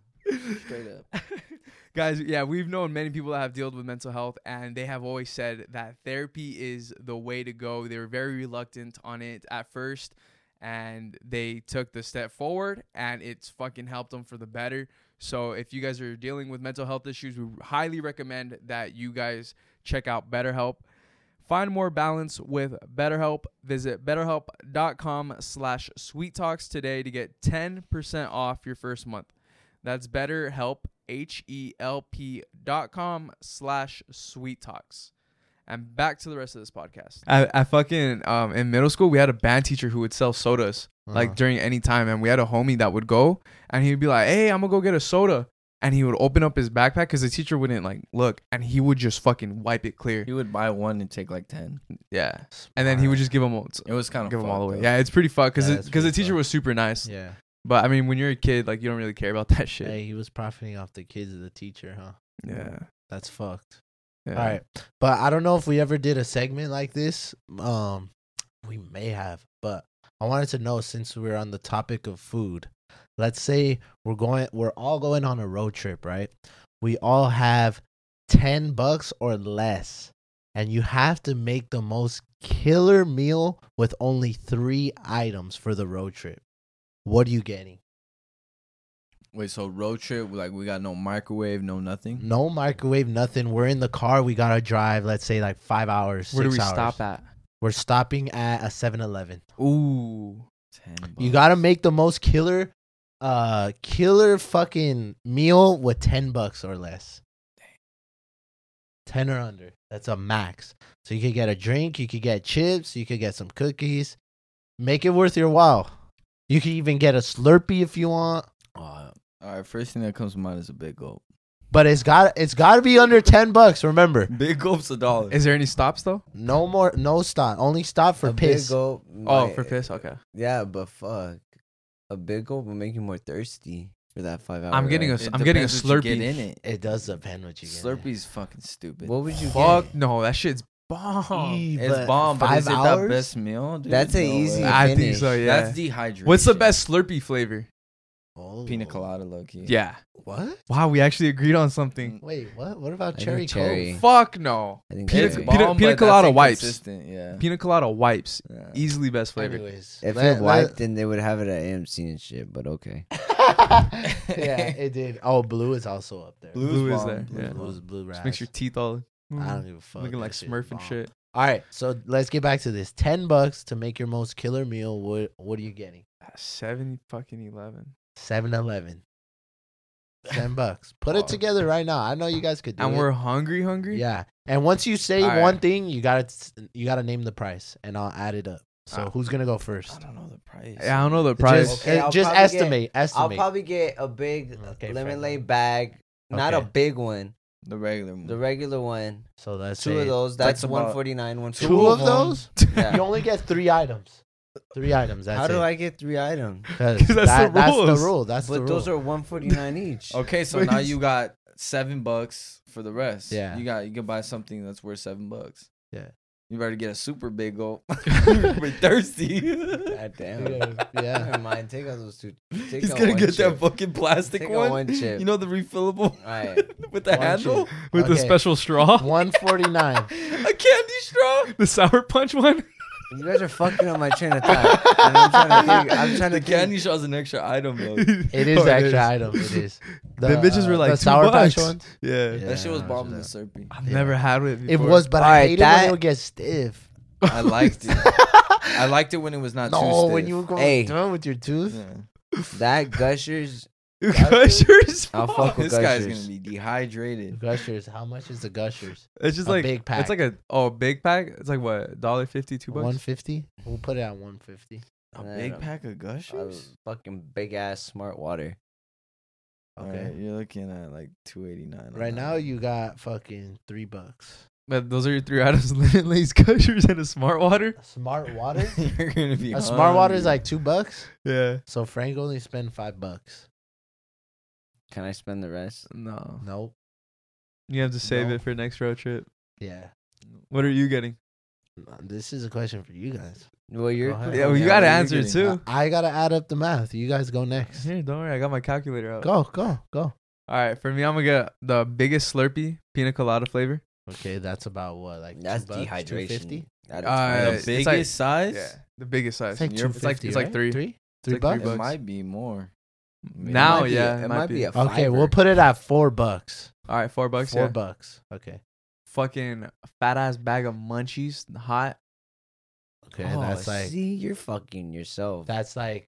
S2: Straight up.
S3: Guys, yeah, we've known many people that have dealt with mental health and they have always said that therapy is the way to go. They were very reluctant on it at first and they took the step forward and it's fucking helped them for the better. So if you guys are dealing with mental health issues, we highly recommend that you guys check out BetterHelp. Find more balance with BetterHelp. Visit betterhelp.com slash sweet talks today to get 10% off your first month. That's betterhelp, H-E-L-P dot com slash sweet talks. And back to the rest of this podcast. I, I fucking, um, in middle school, we had a band teacher who would sell sodas
S1: Uh-huh.
S3: like during any time. And we had a homie that would go and he'd be like, hey, I'm gonna go get a soda. And he would open up his backpack because the teacher wouldn't like look and he would just fucking wipe it clear.
S2: He would buy one and take like ten.
S3: Yeah. And then he would just give them all,
S2: It was kind of
S3: give them all away. Yeah, it's pretty fucked because
S1: Yeah, it's
S3: because the
S1: pretty
S3: teacher
S1: fucked.
S3: was super nice.
S1: yeah.
S3: But I mean, when you're a kid, like you don't really care about that shit.
S1: Hey, he was profiting off the kids of the teacher, huh?
S3: Yeah.
S1: That's fucked.
S3: yeah.
S1: All right. But I don't know if we ever did a segment like this. Um we may have, but I wanted to know since we're on the topic of food. Let's say we're going we're all going on a road trip, right? We all have 10 bucks or less and you have to make the most killer meal with only 3 items for the road trip. What are you getting?
S2: Wait, so road trip? Like we got no microwave, no
S3: Mm.
S2: nothing.
S1: No microwave, nothing. We're in the car. We gotta drive. Let's say like five hours.
S3: Where do
S1: six
S3: we
S1: hours.
S3: stop at?
S1: We're stopping at a 7-Eleven.
S3: Ooh.
S2: Ten.
S1: You
S2: bucks.
S1: gotta make the most killer, uh, killer fucking meal with ten bucks or less. Ten or under. That's a max. So you could get a drink. You could get chips. You could get some cookies. Make it worth your while. You could even get a Slurpee if you want.
S2: All right. Uh, First thing that comes to mind is a big gulp.
S1: But it's got it's got to be under ten bucks. Remember,
S2: Big gulp's a dollar.
S3: Is there any stops though?
S1: no more, no stop. Only stop for
S4: a
S1: piss.
S4: Big gulp
S3: Oh,
S4: might-
S3: for piss. Okay.
S4: Yeah, but fuck, a big gulp will make you more thirsty for that five hours.
S3: I'm getting a.
S2: It
S3: am getting a
S2: depends what
S3: Slurpee.
S2: you get in it.
S1: It does depend what you get.
S2: Slurpee's fucking stupid.
S4: What would you
S3: Fuck
S4: get?
S3: no, that shit's bomb.
S1: Eee,
S2: it's
S1: but
S2: bomb, but
S1: five
S2: is it
S1: hours?
S2: that best meal? Dude?
S4: That's an
S2: No
S4: easy.
S2: way.
S3: I think
S4: finish.
S3: so, yeah.
S2: That's dehydration.
S3: What's the best Slurpee flavor?
S1: Oh.
S2: pina colada, low key?
S3: Yeah.
S1: What?
S3: Wow, we actually agreed on something.
S1: Wait, what? What about
S4: I think
S1: cherry,
S4: cherry.
S1: Coke?
S3: Fuck no.
S4: I think
S3: Pina-
S4: that's
S2: It's
S4: it.
S3: pina-
S2: bomb,
S3: pina
S2: but that's
S3: colada wipes.
S2: inconsistent, Yeah.
S3: Pina colada wipes,
S2: Yeah.
S3: easily best flavor.
S1: Anyways,
S4: If
S1: let-
S4: it
S1: let-
S4: wiped, then they would have it at AMC and shit. But okay,
S1: yeah, it did. Oh, blue is also up there.
S3: Blue is there,
S1: blue,
S3: yeah.
S1: blue is blue. Rash.
S3: Just makes your teeth all
S1: I don't give a fuck.
S3: looking
S1: that
S3: like
S1: shit's
S3: Smurf and
S1: bomb.
S3: shit.
S1: All right, so let's get back to this. Ten bucks to make your most killer meal. What What are you getting?
S3: Seven fucking eleven.
S1: 7-Eleven. Ten bucks. Put
S3: Oh.
S1: it together right now. I know you guys could do
S3: And
S1: it.
S3: we're hungry, hungry.
S1: Yeah, and once you say
S3: All right.
S1: one thing, you gotta s- you gotta name the price, and I'll add it up. So
S3: Uh,
S1: who's gonna go
S2: I
S1: first?
S2: don't know the price.
S3: Yeah, I don't know the price.
S1: Just,
S4: Okay,
S1: uh,
S4: I'll
S1: just
S4: probably get-
S1: estimate.
S4: I'll
S1: estimate.
S4: probably get a big
S1: Mm, Okay, fair
S4: lemon
S1: enough.
S4: laid bag, not a
S1: Okay. Mm.
S4: big one,
S2: The regular one.
S4: the regular one.
S1: so that's
S4: Two of those.
S2: That's
S4: That's
S2: about-
S4: one forty nine. One
S1: Two,
S4: forty.
S1: of those.
S4: Yeah.
S1: You only get three items. Three items. That's
S4: How do
S1: it.
S4: I get three items?
S1: 'Cause
S3: 'Cause that's
S1: that-
S3: the
S1: that's the
S3: rules.
S1: rule. That's the
S4: But
S1: rule.
S4: those are one forty nine each.
S2: okay, so now you got seven bucks for the rest.
S1: Yeah.
S2: You got you can buy something that's worth seven bucks.
S1: Yeah.
S2: You better get a super big gulp. We're thirsty.
S4: God damn.
S1: Yeah, yeah.
S4: Never mind. Take out those two. Take
S2: He's
S4: out
S2: gonna
S4: one
S2: get that
S4: chip.
S2: fucking plastic
S4: Take out
S2: one.
S4: one chip.
S2: You know the refillable
S4: Right.
S2: with the
S1: One
S2: handle?
S1: chip.
S3: With the
S1: Okay.
S3: special straw,
S1: One forty nine.
S2: A candy straw?
S3: the sour punch one.
S4: You guys are fucking on my train of thought. And I'm trying to think. I'm trying to
S2: the candy
S4: think.
S2: straw is an extra item though.
S1: It is
S3: Oh,
S1: extra item. It is.
S3: The bitches were like
S1: the
S3: two
S1: sour patch
S3: bucks.
S1: ones.
S3: Yeah.
S1: Yeah,
S2: that shit was
S1: I remember
S2: bomb in the
S1: that.
S2: Slurpee.
S3: I've
S1: Yeah.
S3: never had it.
S1: It
S3: Before.
S1: was, but
S4: All
S1: I
S4: right,
S1: hated when
S4: that-
S1: it would get stiff.
S2: I liked it. I liked it when it was not too
S1: No,
S2: stiff.
S1: when you were going
S4: Hey.
S1: done with your tooth.
S2: Yeah.
S4: That gushers.
S3: Gushers.
S4: I'll
S3: fuck.
S4: fuck with
S2: This guy's
S4: Gushers.
S2: gonna be dehydrated.
S1: Gushers. How much is the gushers?
S3: It's just
S1: a
S3: like
S1: big
S3: It's
S1: pack.
S3: like a oh big pack. It's like what dollar fifty two bucks.
S1: One fifty. We'll put it at one fifty.
S2: A
S4: Yeah,
S2: big
S4: no.
S2: pack of
S4: I
S2: gushers.
S4: fucking big ass smart water.
S1: Okay.
S2: Alright, you're looking at like two eighty nine.
S1: Right now you got fucking three bucks.
S3: But those are your three items: Lay's Gushers and a Smart Water.
S1: A smart water.
S2: you're gonna be.
S1: a smart water is
S3: Um,
S2: hungry.
S1: like two bucks.
S3: Yeah.
S1: So Frank only spent five bucks.
S4: Can I spend the rest?
S3: No.
S1: Nope.
S3: You have to save
S1: No.
S3: it for next road trip.
S1: Yeah.
S3: What are you getting?
S1: This is a question for you guys.
S4: Well, you're.
S1: Go ahead.
S3: Yeah, well, you
S2: Yeah,
S3: gotta
S2: what are you
S3: answer it
S2: getting?
S3: too.
S1: I gotta add up the math. You guys go next.
S3: Here, don't worry, I got my calculator out.
S1: Go, go, go.
S3: All right, for me, I'm gonna get the biggest Slurpee pina colada flavor.
S1: Okay, that's about what, like two
S4: That's
S1: bucks,
S4: dehydration.
S1: 250?
S4: That
S3: Uh,
S2: the
S4: is
S3: it's
S2: biggest
S3: like-
S2: size.
S3: Yeah, the biggest size.
S1: It's like
S2: Europe,
S3: it's like-
S1: 250,
S3: it's like
S1: right?
S3: three.
S1: three, three
S3: like three
S1: bucks.
S2: It
S3: bucks.
S2: might be more. Maybe.
S3: Now,
S4: might be-
S3: yeah, it
S4: it
S3: might
S4: might be
S3: be.
S4: a
S1: Okay,
S4: fiver.
S1: we'll put it at four bucks.
S3: All right, four bucks.
S1: four
S3: yeah.
S1: bucks. Okay.
S3: Fucking fat ass bag of munchies, hot.
S1: Okay,
S4: Oh,
S1: that's like
S4: see, you're fucking yourself.
S1: that's like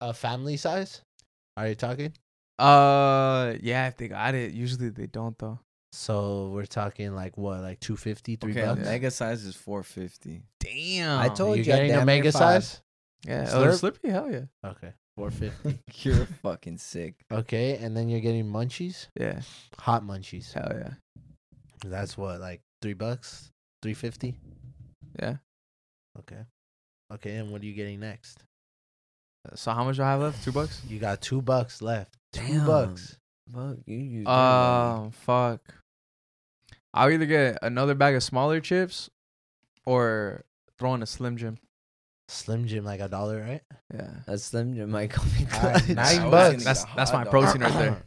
S1: a family size. Are you talking?
S3: Uh, yeah, if they got it, usually they don't though.
S1: So we're talking like what, like 250, three
S2: Okay, a
S1: bucks.
S3: yeah.
S2: mega size is four fifty.
S3: Damn.
S4: I
S1: Are
S4: told
S1: you
S4: you, I
S1: getting a
S4: damn near
S1: mega
S4: five.
S1: size?
S3: Yeah, oh,
S1: Slurp?
S3: Slurpee, hell yeah.
S1: Okay, four fifty.
S2: You're fucking sick.
S1: okay, and then you're getting munchies,
S3: Yeah,
S1: hot munchies.
S3: hell yeah.
S1: That's what, like three bucks, three fifty.
S3: Yeah.
S1: Okay, okay, and what are you getting next?
S3: So how much do I have left? Two bucks.
S1: You got two bucks left. Two
S4: Damn.
S1: bucks.
S4: Fuck you. you
S3: Um, fuck. I'll either get another bag of smaller chips, or throw in a Slim Jim.
S1: Slim Jim, like a dollar, right?
S3: Yeah.
S4: a slim Jim might come in
S1: All right,
S4: clutch.
S1: nine
S2: I was
S1: bucks.
S2: gonna get
S3: That's-
S2: a
S3: that's
S2: hot
S3: my
S2: dog.
S3: protein right there.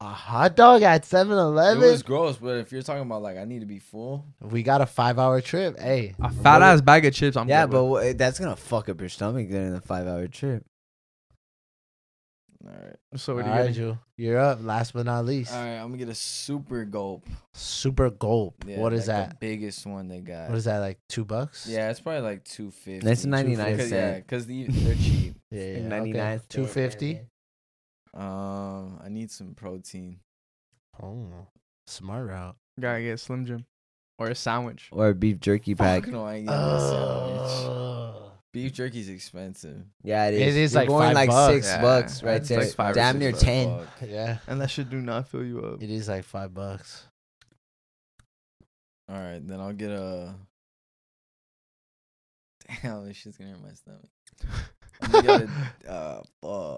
S1: A hot dog at Seven
S2: It
S1: Eleven.
S2: was gross, but if you're talking about like I need to be full,
S1: We got a five hour trip. Hey,
S3: A fat ass bag of chips. I'm
S4: yeah,
S3: good
S4: but
S3: with.
S4: wha- that's gonna fuck up your stomach during the five hour trip.
S2: all right,
S3: so
S1: all
S3: what do
S1: right,
S3: you?
S1: Ju, you're up. Last but not least,
S2: all right. I'm gonna get a super gulp.
S1: Super Gulp.
S2: Yeah,
S1: what is
S2: like
S1: that?
S2: The biggest one they got.
S1: What is that? Like two bucks?
S2: Yeah, it's probably like two fifty.
S4: That's 99
S2: Cause, yeah,
S4: cent.
S2: because the, they're cheap.
S1: yeah, yeah.
S4: And 99
S1: Two fifty.
S2: Um, I need some protein.
S1: Oh, smart route.
S3: Gotta get a Slim Jim, or a sandwich.
S4: Or a beef jerky pack.
S2: Fuck no, I ain't getting a sandwich.
S1: Oh.
S2: Beef jerky's expensive.
S4: Yeah, it is.
S1: It is
S4: You're
S1: like
S4: going
S1: five
S4: like
S1: bucks.
S4: six
S3: Yeah.
S4: bucks right
S3: It's
S4: there.
S3: like five or
S4: Damn
S3: six
S4: near
S3: bucks.
S4: ten.
S2: Fuck.
S1: Yeah,
S3: And that shit do not fill you up.
S1: it is like five bucks.
S2: All right, then I'll get a. Damn, this shit's gonna hurt my stomach. I'm gonna get a, uh,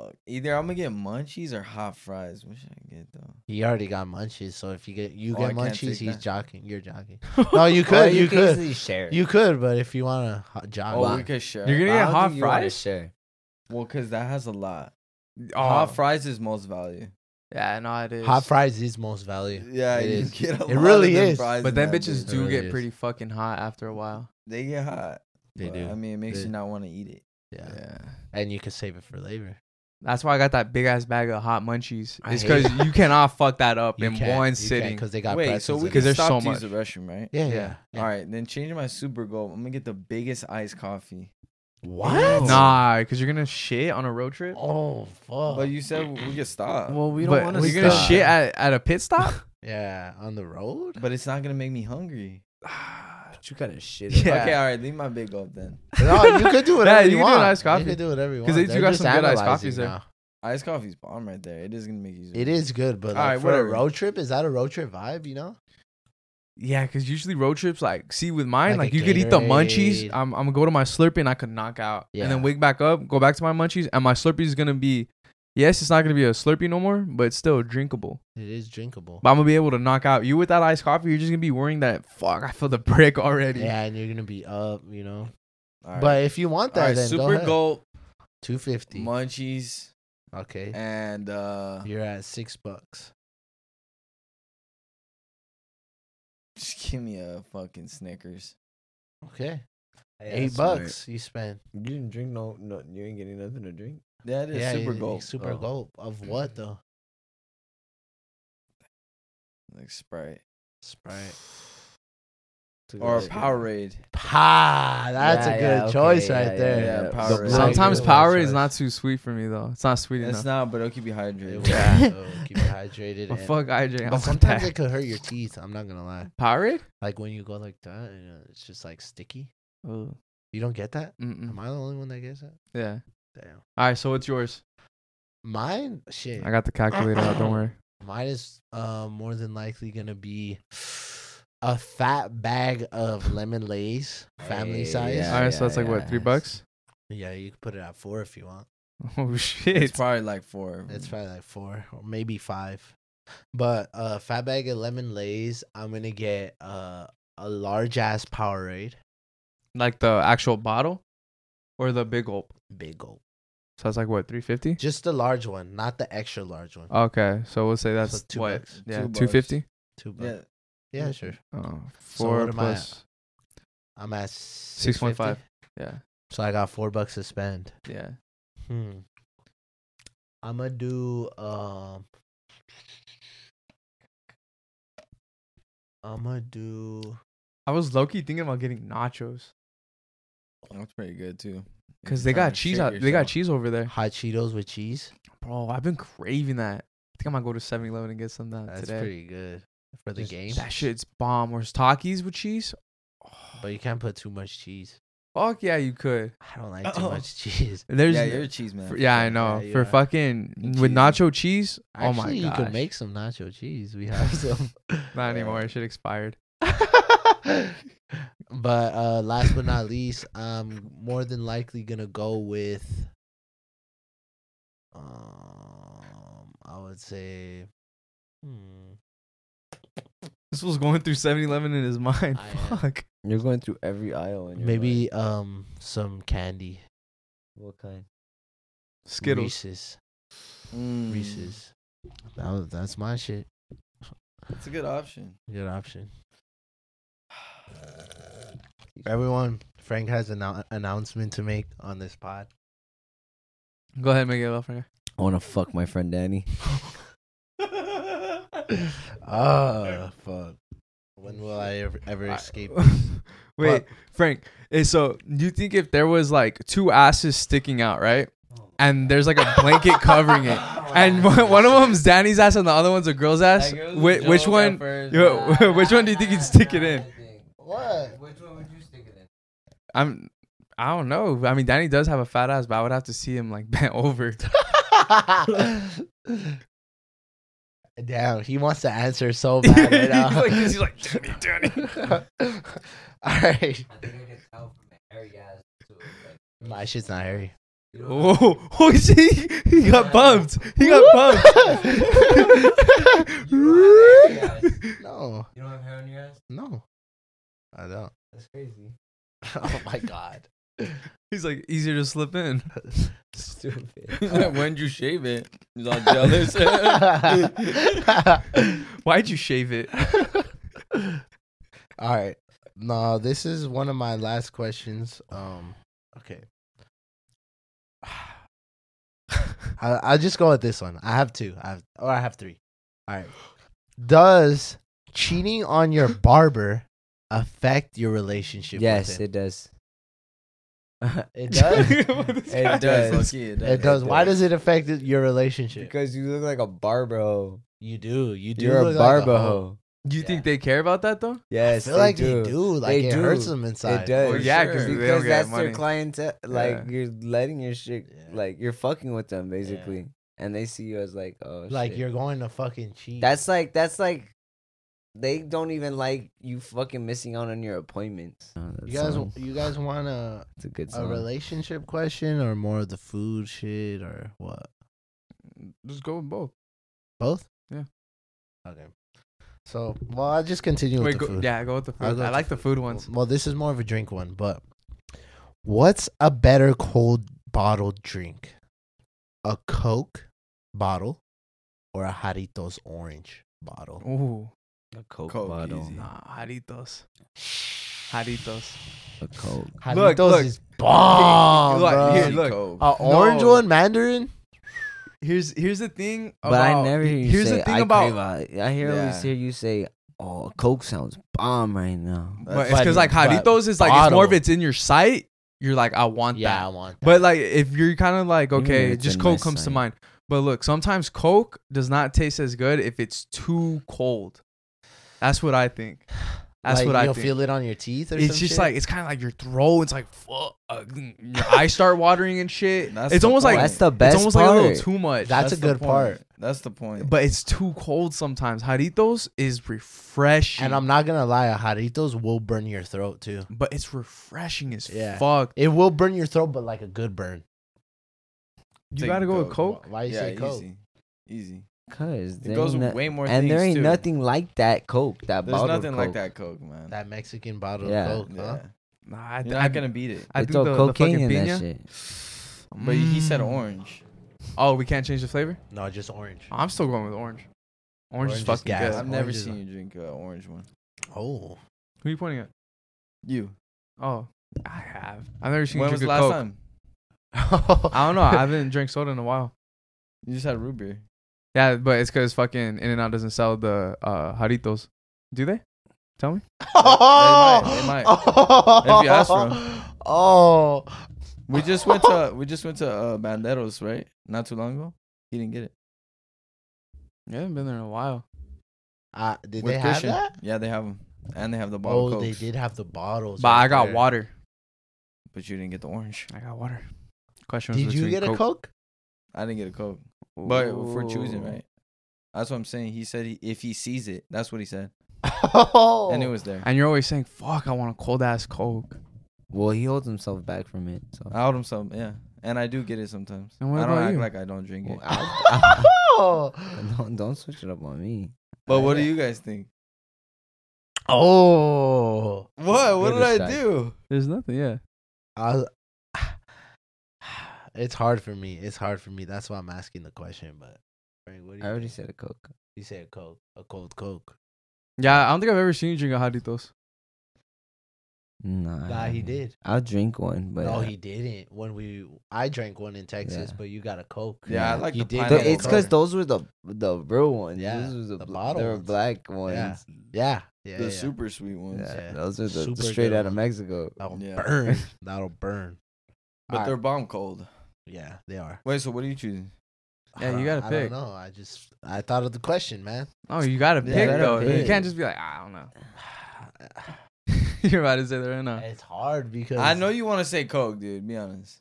S2: fuck. Either I'm gonna get munchies or hot fries. What should I get though?
S1: He already got munchies, so if you get you
S2: Oh, I
S1: get
S2: can't
S1: munchies,
S2: take
S1: he's
S2: that.
S1: jogging. You're jogging. No, you
S4: Or
S1: could, you
S4: can
S1: could,
S4: easily share.
S1: you could, but if you wanna ho- jog,
S2: Oh,
S4: wow.
S2: we could share.
S3: You're
S4: I
S3: gonna
S4: don't
S3: get
S4: think
S3: hot
S4: you wanna
S3: fries.
S4: Share.
S2: Well, cause that has a lot.
S3: Oh,
S2: Hot fries is most value.
S3: Yeah, no, it is.
S1: hot fries is most value.
S2: Yeah,
S1: It
S2: you
S1: is.
S2: get a
S1: It
S2: lot
S1: really
S2: of them
S1: is.
S2: fries
S3: But
S2: in
S3: then
S2: that
S3: bitches
S2: bitch.
S3: do
S1: Really
S3: get
S1: is.
S3: pretty fucking hot after a while.
S2: They get hot.
S1: They
S2: but,
S1: do.
S2: I mean, it makes
S1: They-
S2: you not want to eat it.
S1: Yeah.
S3: Yeah.
S1: and you could save it for later.
S3: That's why I got that big ass bag of hot munchies.
S1: I
S3: It's
S1: hate
S3: because you cannot fuck that up
S1: You
S3: in
S1: can't-
S3: one
S1: you can't
S3: sitting.
S1: because they got
S2: Wait,
S1: pretzels
S2: so we
S1: in
S2: can
S3: Because
S1: it.
S3: there's
S2: stop
S3: so
S2: to use the
S3: much.
S2: restroom, right?
S1: yeah, yeah.
S3: Yeah.
S1: yeah.
S2: All right, then changing my super goal. I'm gonna get the biggest iced coffee.
S1: What?
S3: Nah, because you're gonna shit on a road trip.
S1: Oh fuck.
S2: But you said we could stop.
S4: Well, we
S3: but
S4: don't want to.
S3: you're gonna
S1: stop.
S3: shit at, at a pit stop.
S1: yeah, on the road.
S2: but it's not gonna make me hungry. Ah,
S4: You gotta shit.
S3: Yeah.
S2: Okay, all right, leave my big goal then.
S1: No, you could do whatever
S3: you
S1: you,
S3: can do
S1: want.
S3: an iced coffee.
S1: You could do whatever you want.
S3: 'Cause they do
S1: They're
S3: got
S1: just
S3: some good iced
S1: analyzing
S3: coffees there.
S1: now.
S2: Iced coffee's bomb right there. It is gonna make you.
S1: It is good, but like,
S2: All right,
S1: for a
S2: whatever.
S1: road trip, is that a road trip vibe? You know,
S3: Yeah, because usually road trips, like, see, with mine,
S1: Like
S3: like,
S1: a
S3: you could eat the
S1: Gatorade.
S3: munchies. I'm, I'm gonna go to my Slurpee and I could knock out, and
S1: Yeah.
S3: then wake back up, go back to my munchies, and my Slurpee is gonna be, yes, it's not gonna be a Slurpee no more, but it's still drinkable.
S1: it is drinkable.
S3: But I'm gonna be able to knock out. You with that iced coffee, you're just gonna be worrying that fuck, I feel the brick already.
S1: Yeah, and you're gonna be up. You know,
S2: All right.
S1: but if you want
S2: all
S1: that,
S2: right,
S1: then go
S2: super
S1: ahead.
S2: goal,
S1: Two fifty.
S2: munchies,
S1: Okay,
S2: and uh,
S1: you're at six bucks.
S2: just give me a fucking Snickers.
S1: Okay, eight bucks you spend.
S4: You didn't drink no, no. You ain't getting nothing to drink.
S2: That is
S1: yeah,
S2: super
S1: you-
S2: goal.
S1: Super
S4: Oh.
S1: gulp of what though?
S2: Like Sprite
S1: Sprite.
S2: or a
S1: Like-
S2: Powerade.
S1: Pa, that's
S4: Yeah,
S1: a
S4: yeah,
S1: good
S4: okay,
S1: choose
S4: yeah,
S1: right
S4: yeah,
S1: there.
S2: Yeah,
S4: The
S2: Powerade.
S1: blue-
S3: Sometimes
S1: Good
S3: Powerade is
S1: choice.
S3: not too sweet for me though. It's not sweet
S2: It's
S3: enough.
S2: not, but it'll keep you
S1: It
S2: hydrated.
S1: will,
S3: Yeah.
S1: it will keep you hydrated.
S3: But
S1: and-
S3: fuck IJ. I
S1: but
S3: want
S1: sometimes
S3: that.
S1: it could hurt your teeth. I'm not gonna lie.
S3: Powerade.
S1: Like when you go like that, and uh, it's just like sticky.
S3: Oh.
S1: You don't get that. Am
S3: Mm-mm.
S1: I the only one that gets that?
S3: Yeah.
S1: Damn.
S3: All right. So what's yours?
S1: Mine, shit.
S3: I got the calculator out. Don't worry.
S1: Mine is uh, more than likely gonna be a fat bag of lemon lays, family
S4: Hey,
S1: size.
S4: yeah.
S3: All right. so that's like what three
S4: yeah.
S3: bucks?
S1: Yeah, you can put it at four if you want.
S3: Oh
S2: It's
S3: shit.
S2: probably like four.
S1: It's probably like four or maybe five. But uh fat bag of lemon lays, I'm gonna get uh a large ass Powerade,
S3: Like the actual bottle or the big gulp.
S1: big old,
S3: So that's like what, 350?
S1: just the large one, not the extra large one.
S3: Okay. So we'll say that's
S1: two
S3: what?
S1: bucks.
S3: Yeah,
S2: Two bucks.
S3: 250?
S1: Two bucks.
S2: Yeah.
S1: Yeah, sure.
S3: Oh,
S1: So what
S3: four
S1: am I at?
S3: plus.
S1: I'm at six
S3: 6.5.
S1: point
S3: Yeah.
S1: So I got four bucks to spend.
S3: Yeah.
S1: Hmm. I'm gonna do um. I'm gonna do
S3: I was low key thinking about getting nachos
S2: That's pretty good too.
S3: because they got cheese. Out, they got cheese over there,
S1: hot Cheetos with cheese.
S3: bro. I've been craving that. I think I might go to 7-Eleven and get some of that
S1: That's
S3: today.
S1: pretty good for the
S3: Just-
S1: game.
S3: That shit's bomb. Or Takis with cheese. Oh,
S1: But you can't put too much cheese.
S3: fuck yeah, you could.
S1: I don't like too
S3: Oh.
S2: Uh-oh.
S1: much cheese.
S3: There's
S2: Yeah,
S3: yeah,
S2: you're a cheese man.
S3: for,
S2: for
S3: yeah I
S2: sure.
S3: know.
S1: you
S3: for
S1: are.
S3: fucking with
S2: cheesy.
S3: nacho cheese. oh my
S1: Actually,
S3: god,
S1: you could make some nacho cheese. We have some.
S3: not anymore. It shit expired.
S1: but uh last but not least, I'm more than likely gonna go with um I would say hmm,
S3: This was going through 7-Eleven in his mind.
S1: I am.
S3: fuck.
S4: You're going through every aisle. In your
S1: maybe
S4: life.
S1: um some candy.
S4: what kind?
S3: Skittles.
S1: Reese's.
S2: Mm,
S1: Reese's. That was, that's my shit.
S2: It's a good option.
S1: Good option. Everyone, Frank has an annou- announcement to make on this pod.
S3: Go ahead, make it up for you.
S4: I want to fuck my friend Danny.
S1: Ah, fuck. When will I ever, ever escape?
S3: Wait,
S1: But-
S3: Frank. eh, So you think if there was like two asses sticking out, right? And there's like a blanket covering it, and one, one of them's Danny's ass, and the other one's a girl's ass. Whi- which one? yo, which one do you think you'd stick it in?
S1: What?
S4: Which one would you stick it in?
S3: I'm. I don't know. I mean, Danny does have a fat ass, but I would have to see him like bent over.
S1: Damn, he wants to answer so bad right now.
S3: Like this, he's like, "Danny,
S1: Danny. All right.
S4: I think I can tell from the hairy ass. too, like,
S1: My shit's not hairy.
S4: you don't know.
S3: Oh, oh he, he got bumped. He got bumped.
S4: You don't have hairy ass.
S1: No,
S4: You don't have hair on your ass?
S1: no. I don't.
S4: That's crazy.
S1: Oh my god.
S3: He's like easier to slip in.
S4: Stupid.
S2: When'd you shave it? He's all jealous.
S3: Why'd you shave it?
S1: All right. No, this is one of my last questions. Um, okay. I, I'll just go with this one. I have two. I have, or I have three. All right. Does cheating on your barber affect your relationship? with
S4: yes,
S1: him?
S4: it does.
S1: it does.
S4: It
S2: it does.
S4: does.
S2: Loki,
S1: It does. Why
S4: does.
S1: does it affect your relationship?
S4: Because you look like a barber hoe.
S1: You do. You do.
S4: You're a
S1: look like
S4: barber
S1: hoe.
S4: hoe.
S3: Do you
S4: Yeah.
S3: think they care about that though?
S1: I
S4: Yes,
S1: feel like
S4: do.
S1: they do. Like
S4: They
S1: it
S4: do.
S1: hurts them inside.
S4: It does.
S3: Well, yeah,
S2: sure.
S3: 'cause they
S4: because
S3: don't get
S4: that's
S3: money.
S4: their clientele. Like
S3: Yeah.
S4: you're letting your shit,
S1: Yeah.
S4: like you're fucking with them basically, and they see you as like, oh,
S1: Like
S4: shit.
S1: you're going to fucking cheat.
S4: That's like that's like, they don't even like you fucking missing out on your appointments. Oh, that
S1: you guys.
S4: song.
S1: You guys want a
S4: it's a good
S1: a
S4: song.
S1: relationship question or more of the food shit or what?
S3: Just go with both.
S1: Both.
S3: Yeah.
S1: Okay. So well, I'll just continue
S3: Wait,
S1: with the
S3: go,
S1: food.
S3: yeah, go with the
S1: I'll
S3: food.
S1: go
S3: I
S1: with
S3: like the food ones.
S1: Well, this is more of a drink one, but what's a better cold bottled drink? A Coke bottle or a Jaritos orange bottle?
S3: Ooh,
S4: a coke,
S2: Coke,
S4: bottle,
S2: easy.
S3: nah, Jaritos. Jaritos.
S4: a coke.
S1: Jaritos
S3: Look, look.
S1: is bomb,
S3: Look,
S1: bro.
S3: here, look.
S1: A orange
S3: No.
S1: one, Mandarin.
S3: Here's here's the thing.
S4: But I
S3: about-
S4: never hear you
S3: here's
S4: say.
S3: the thing
S4: I
S3: about.
S4: crave a- I hear
S2: Yeah.
S4: always hear you say, oh, a coke sounds bomb right now.
S3: But it's
S1: But-
S3: because like
S1: but
S3: Jaritos is like it's more of
S1: bottle.
S3: it's in your sight. You're like I want that.
S1: Yeah, I want. That.
S3: But like if you're kind of like
S4: Mm,
S3: okay,
S4: it's
S3: just
S4: a
S3: Coke
S4: nice
S3: comes to
S4: sign.
S3: mind. But look, sometimes Coke does not taste as good if it's too cold. That's what I think. That's
S1: Like,
S3: what I
S1: you'll
S3: think.
S1: feel it on your teeth. Or
S3: it's
S1: some
S3: just
S1: shit?
S3: like it's kind of like your throat. It's like fuck. Your eyes start watering and shit.
S2: That's
S3: it's
S2: the
S3: almost
S2: point.
S3: like
S4: that's the best
S3: it's almost
S4: part.
S3: like a little too much.
S1: that's, a
S2: the
S1: good
S2: point.
S1: part.
S2: That's the point.
S3: but it's too cold sometimes. Jaritos is refreshing,
S1: And I'm not gonna lie, a Jaritos will burn your throat too.
S3: but it's refreshing as
S1: Yeah.
S3: fuck.
S1: It will burn your throat, but like a good burn.
S3: You
S2: Take
S3: gotta go with
S2: Coke.
S3: Coke.
S1: Why you say Coke?
S2: Easy. Easy.
S4: Cause
S2: It goes
S4: way
S2: way more.
S4: and there
S2: things,
S4: ain't
S2: too.
S4: nothing like that Coke. That
S2: There's
S4: bottled
S2: nothing like
S4: Coke.
S2: that Coke, man.
S1: That Mexican bottle
S4: Yeah.
S1: of Coke,
S2: yeah.
S1: huh?
S3: Nah, I,
S2: You're
S3: I,
S2: not gonna beat it.
S3: I
S4: They
S3: do
S4: throw
S3: the,
S4: cocaine
S3: the
S4: in
S3: fucking
S4: that
S3: piña.
S4: shit.
S2: But he said
S3: Mm.
S2: orange.
S3: Oh, we can't change the flavor.
S1: No, just orange.
S3: I'm still going with orange. Orange,
S1: Orange
S3: is
S1: is
S3: fucking
S1: gas.
S3: good.
S2: I've never
S1: orange is
S2: seen you drink an orange one.
S1: Oh,
S3: Who are you pointing at?
S2: You.
S3: Oh, I have. I've never seen
S2: When
S3: you drink
S2: was the last
S3: a Coke.
S2: time?
S3: I don't know. I haven't drank soda in a while.
S2: You just had root beer.
S3: Yeah, but it's because fucking In and Out doesn't sell the uh Jaritos. Do they? Tell me.
S2: might- they might.
S1: Oh,
S2: If you ask for
S1: oh,
S2: We just went to we just went to uh, Banderos, right? Not too long ago. He didn't get it.
S3: Yeah, I haven't been there in a while.
S1: Uh, did
S2: With
S1: they
S2: Christian.
S1: have that?
S2: Yeah, they have them, and they have the bottle.
S1: Oh,
S2: Cokes,
S1: they did have the bottles.
S3: But
S1: right
S3: I got
S1: there.
S3: water.
S2: But you didn't get the orange.
S3: I got water. Question was
S1: Did you
S3: between
S1: get a Coke?
S2: I didn't get a Coke. But if we're choosing, right? That's what I'm saying. He said he, if he sees it, that's what he said,
S1: Oh,
S2: and it was there.
S3: And you're always saying, "Fuck, I want a cold ass Coke."
S4: Well, he holds himself back from it. So
S3: Oh.
S2: I owed him some, yeah. And I do get it sometimes.
S3: And what
S2: I don't
S3: about
S2: act
S3: you?
S2: like I don't drink it.
S4: Well, I-
S1: oh,
S4: don't, don't switch it up on me.
S2: But what do you guys think?
S1: oh.
S2: What? What
S4: Go
S2: did I
S4: decide.
S2: do?
S3: There's nothing. Yeah.
S1: I was- it's hard for me. It's hard for me. That's why I'm asking the question. But Frank, what do you
S4: I already
S1: think?
S4: said a Coke.
S1: you said Coke, a cold Coke.
S3: Yeah, I don't think I've ever seen you drink a Jaritos.
S4: Nah.
S1: Nah, he did.
S4: I'll drink one, Um, but
S1: no,
S4: uh,
S1: he didn't. When we, I drank one in Texas,
S4: Yeah.
S1: but you got a Coke.
S2: Yeah, I
S4: Yeah.
S2: like
S1: You
S2: the
S1: did
S4: The-
S1: get
S2: pineapple.
S4: it's because
S1: Coke.
S4: those were the the real ones.
S1: Yeah,
S4: Those were the,
S1: the
S4: bl-
S1: bottle
S4: They were
S1: ones.
S4: black ones.
S1: Yeah, yeah,
S2: the
S1: yeah, yeah.
S2: super sweet
S4: Yeah,
S2: ones.
S1: Yeah.
S4: those are the, the
S1: Super
S4: straight
S1: good
S4: out of
S1: ones.
S4: Mexico.
S1: That'll
S2: Yeah.
S1: burn. That'll burn.
S2: But
S1: Alright.
S2: they're bomb cold.
S1: Yeah, they are.
S2: Wait, so what are you choosing?
S3: Yeah,
S1: Uh,
S3: you gotta
S1: I
S3: pick.
S1: don't know. I just I thought of the question, man.
S3: Oh, you gotta
S2: Yeah,
S3: pick
S2: gotta
S3: though. You
S4: pick.
S3: can't just be like, "Ah, I don't know. you're about to say that right now.
S1: It's hard because
S2: I know you want to say Coke, dude. Be honest.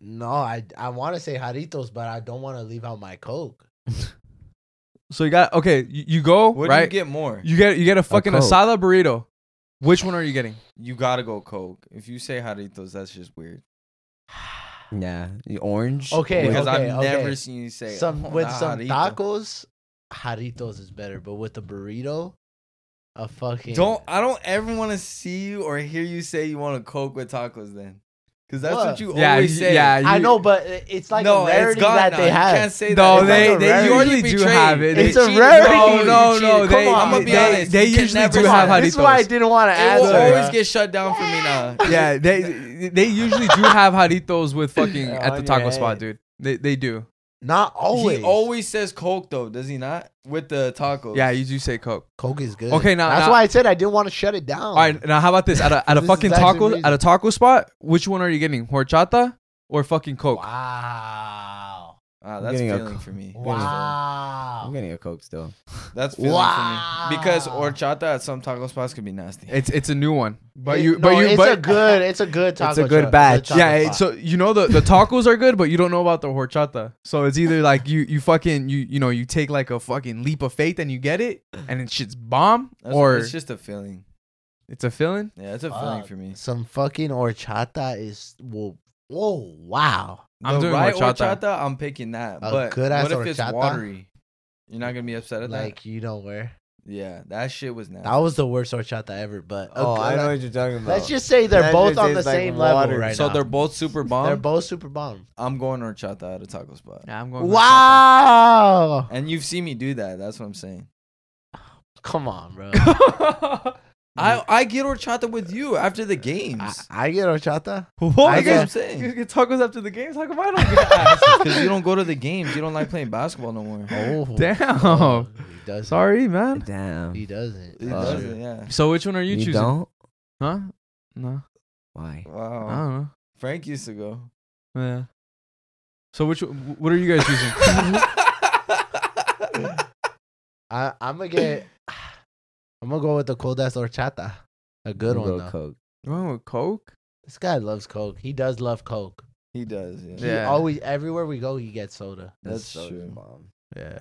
S1: No, I I want to say Jaritos, but I don't want to leave out my Coke.
S3: So you got okay. You, you go
S2: What
S3: right.
S2: do you get more?
S3: You get you get a fucking
S4: Coke.
S3: asada burrito. Which one are you getting?
S2: You gotta go Coke. If you say Jaritos, that's just weird.
S4: Yeah, the orange.
S1: Okay,
S4: with-
S2: Because
S1: okay,
S2: I've
S1: okay.
S2: never seen you say
S1: some
S2: "Oh,
S1: with
S2: nah,
S1: some
S2: Jarito."
S1: tacos, Jaritos is better, but with the burrito, a fucking
S2: Don't I don't ever want to see you or hear you say you want a Coke with tacos then, because that's what,
S1: What?
S2: you
S3: Yeah,
S2: always
S3: you-
S2: say.
S3: yeah,
S1: I know, but i- it's like a rarity that
S2: now.
S1: they
S2: You
S1: have.
S2: can't say that.
S3: No,
S2: It's
S1: they-
S2: like a
S1: they
S2: rarity.
S3: usually
S2: You're
S3: do
S2: betrayed.
S3: have it. They
S1: It's a
S2: cheated.
S1: rarity.
S2: No, no,
S1: You
S2: no.
S1: cheated.
S2: They,
S1: Come on.
S2: I'm gonna be
S1: They-
S2: honest.
S3: they
S2: you can
S3: usually
S2: never
S3: do
S1: Come
S3: have
S1: on,
S2: say
S1: This is why I
S3: Jaritos.
S1: didn't want to
S2: that. It will
S1: answer.
S2: always
S1: that.
S2: get shut down for me now.
S3: Yeah, they they usually do have jaritos with fucking
S1: Yeah,
S3: at the
S1: on your
S3: taco spot,
S1: head.
S3: dude. They they do.
S1: Not always.
S2: He always says Coke though, does he not? With the tacos.
S3: Yeah, you do say coke.
S1: Coke is good.
S3: Okay, now-
S1: that's
S3: now-
S1: why I said I didn't want to shut it down.
S3: All right, now how about this? At a at a
S1: This is
S3: fucking
S1: actually
S3: taco
S1: reason-
S3: at a taco spot, which one are you getting? Horchata or fucking coke?
S1: Wow.
S2: Ah,
S4: I'm
S2: that's
S4: getting a
S2: failing
S4: Coke.
S2: for me.
S4: I'm
S1: Wow.
S4: getting a Coke still.
S2: That's failing
S1: Wow.
S2: for me because horchata at some taco spots can be nasty.
S3: It's it's a new one. But
S1: It-
S3: you
S1: no,
S3: but you
S1: it's
S3: but
S1: a good, it's a good taco.
S4: a good
S1: truck.
S4: batch.
S1: taco
S3: yeah, it-
S1: spot.
S3: so you know the, the tacos are good, but you don't know about the horchata. So it's either like you you fucking you you know you take like a fucking leap of faith and you get it, and it's shit's bomb,
S2: That's-
S3: or
S2: it's just a feeling.
S3: it's a feeling.
S2: Yeah, it's a feeling
S1: Fuck.
S2: for me.
S1: Some fucking horchata is whoa, whoa, wow.
S3: I'm
S2: the
S3: doing
S2: right
S3: horchata.
S2: I'm picking that.
S1: A
S2: but
S1: good-ass
S2: what if it's
S1: horchata?
S2: watery? You're not gonna be upset at
S1: Like you know where
S2: that. Yeah, that shit was nasty.
S1: that was the worst horchata ever. But
S4: Oh,
S1: okay,
S4: I know
S1: let-
S4: what you're talking about.
S1: Let's just say they're
S4: That
S1: both
S4: just
S1: on the
S4: tastes like
S1: same
S4: water.
S1: level right
S2: so
S1: now.
S2: they're both super bomb.
S1: They're both super bomb.
S2: I'm going horchata at a taco spot.
S3: Yeah, I'm going. horchata.
S1: Wow!
S2: And you've seen me do that. That's what I'm saying.
S1: Come on, bro.
S2: I I get horchata with you after the
S1: I,
S2: games.
S1: I get horchata.
S3: What?
S1: I
S3: you
S2: That's what I'm
S3: guys, you
S2: saying.
S3: guys get tacos after the games? How come I don't get
S2: Because you don't go to the games. You don't like playing basketball no more.
S1: Oh
S3: Damn.
S1: oh, he doesn't.
S3: Sorry, man.
S4: Damn.
S1: he doesn't. Uh,
S2: It
S1: That's
S4: doesn't.
S1: true.
S2: doesn't, yeah.
S3: So which one are you,
S4: You,
S3: choosing?
S4: don't?
S3: Huh? No,
S4: Why?
S2: Wow.
S3: I don't know.
S2: Frank used to go.
S3: Yeah. So which? one- What are you guys choosing?
S1: I, I'm gonna get. I'm gonna go with the cold ass horchata. A good
S4: We'll
S1: one
S4: go
S1: though.
S4: Coke.
S3: You went with Coke.
S1: This guy loves Coke. He does love Coke.
S2: he does, yeah.
S1: He
S3: Yeah.
S1: always everywhere we go, he gets soda.
S2: That's
S4: so
S2: true.
S4: bomb.
S1: Yeah.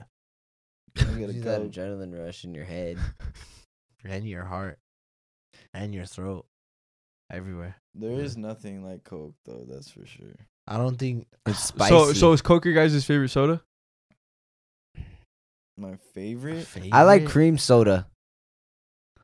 S2: I get a
S4: Gives you that
S2: Coke.
S4: adrenaline rush in your head.
S1: And your heart. And your throat. Everywhere.
S2: There is nothing like Coke though, that's for sure.
S1: I don't think
S4: It's spicy.
S3: So so is Coke your guys' favorite soda?
S2: My favorite.
S4: I like
S1: Favorite?
S4: cream soda,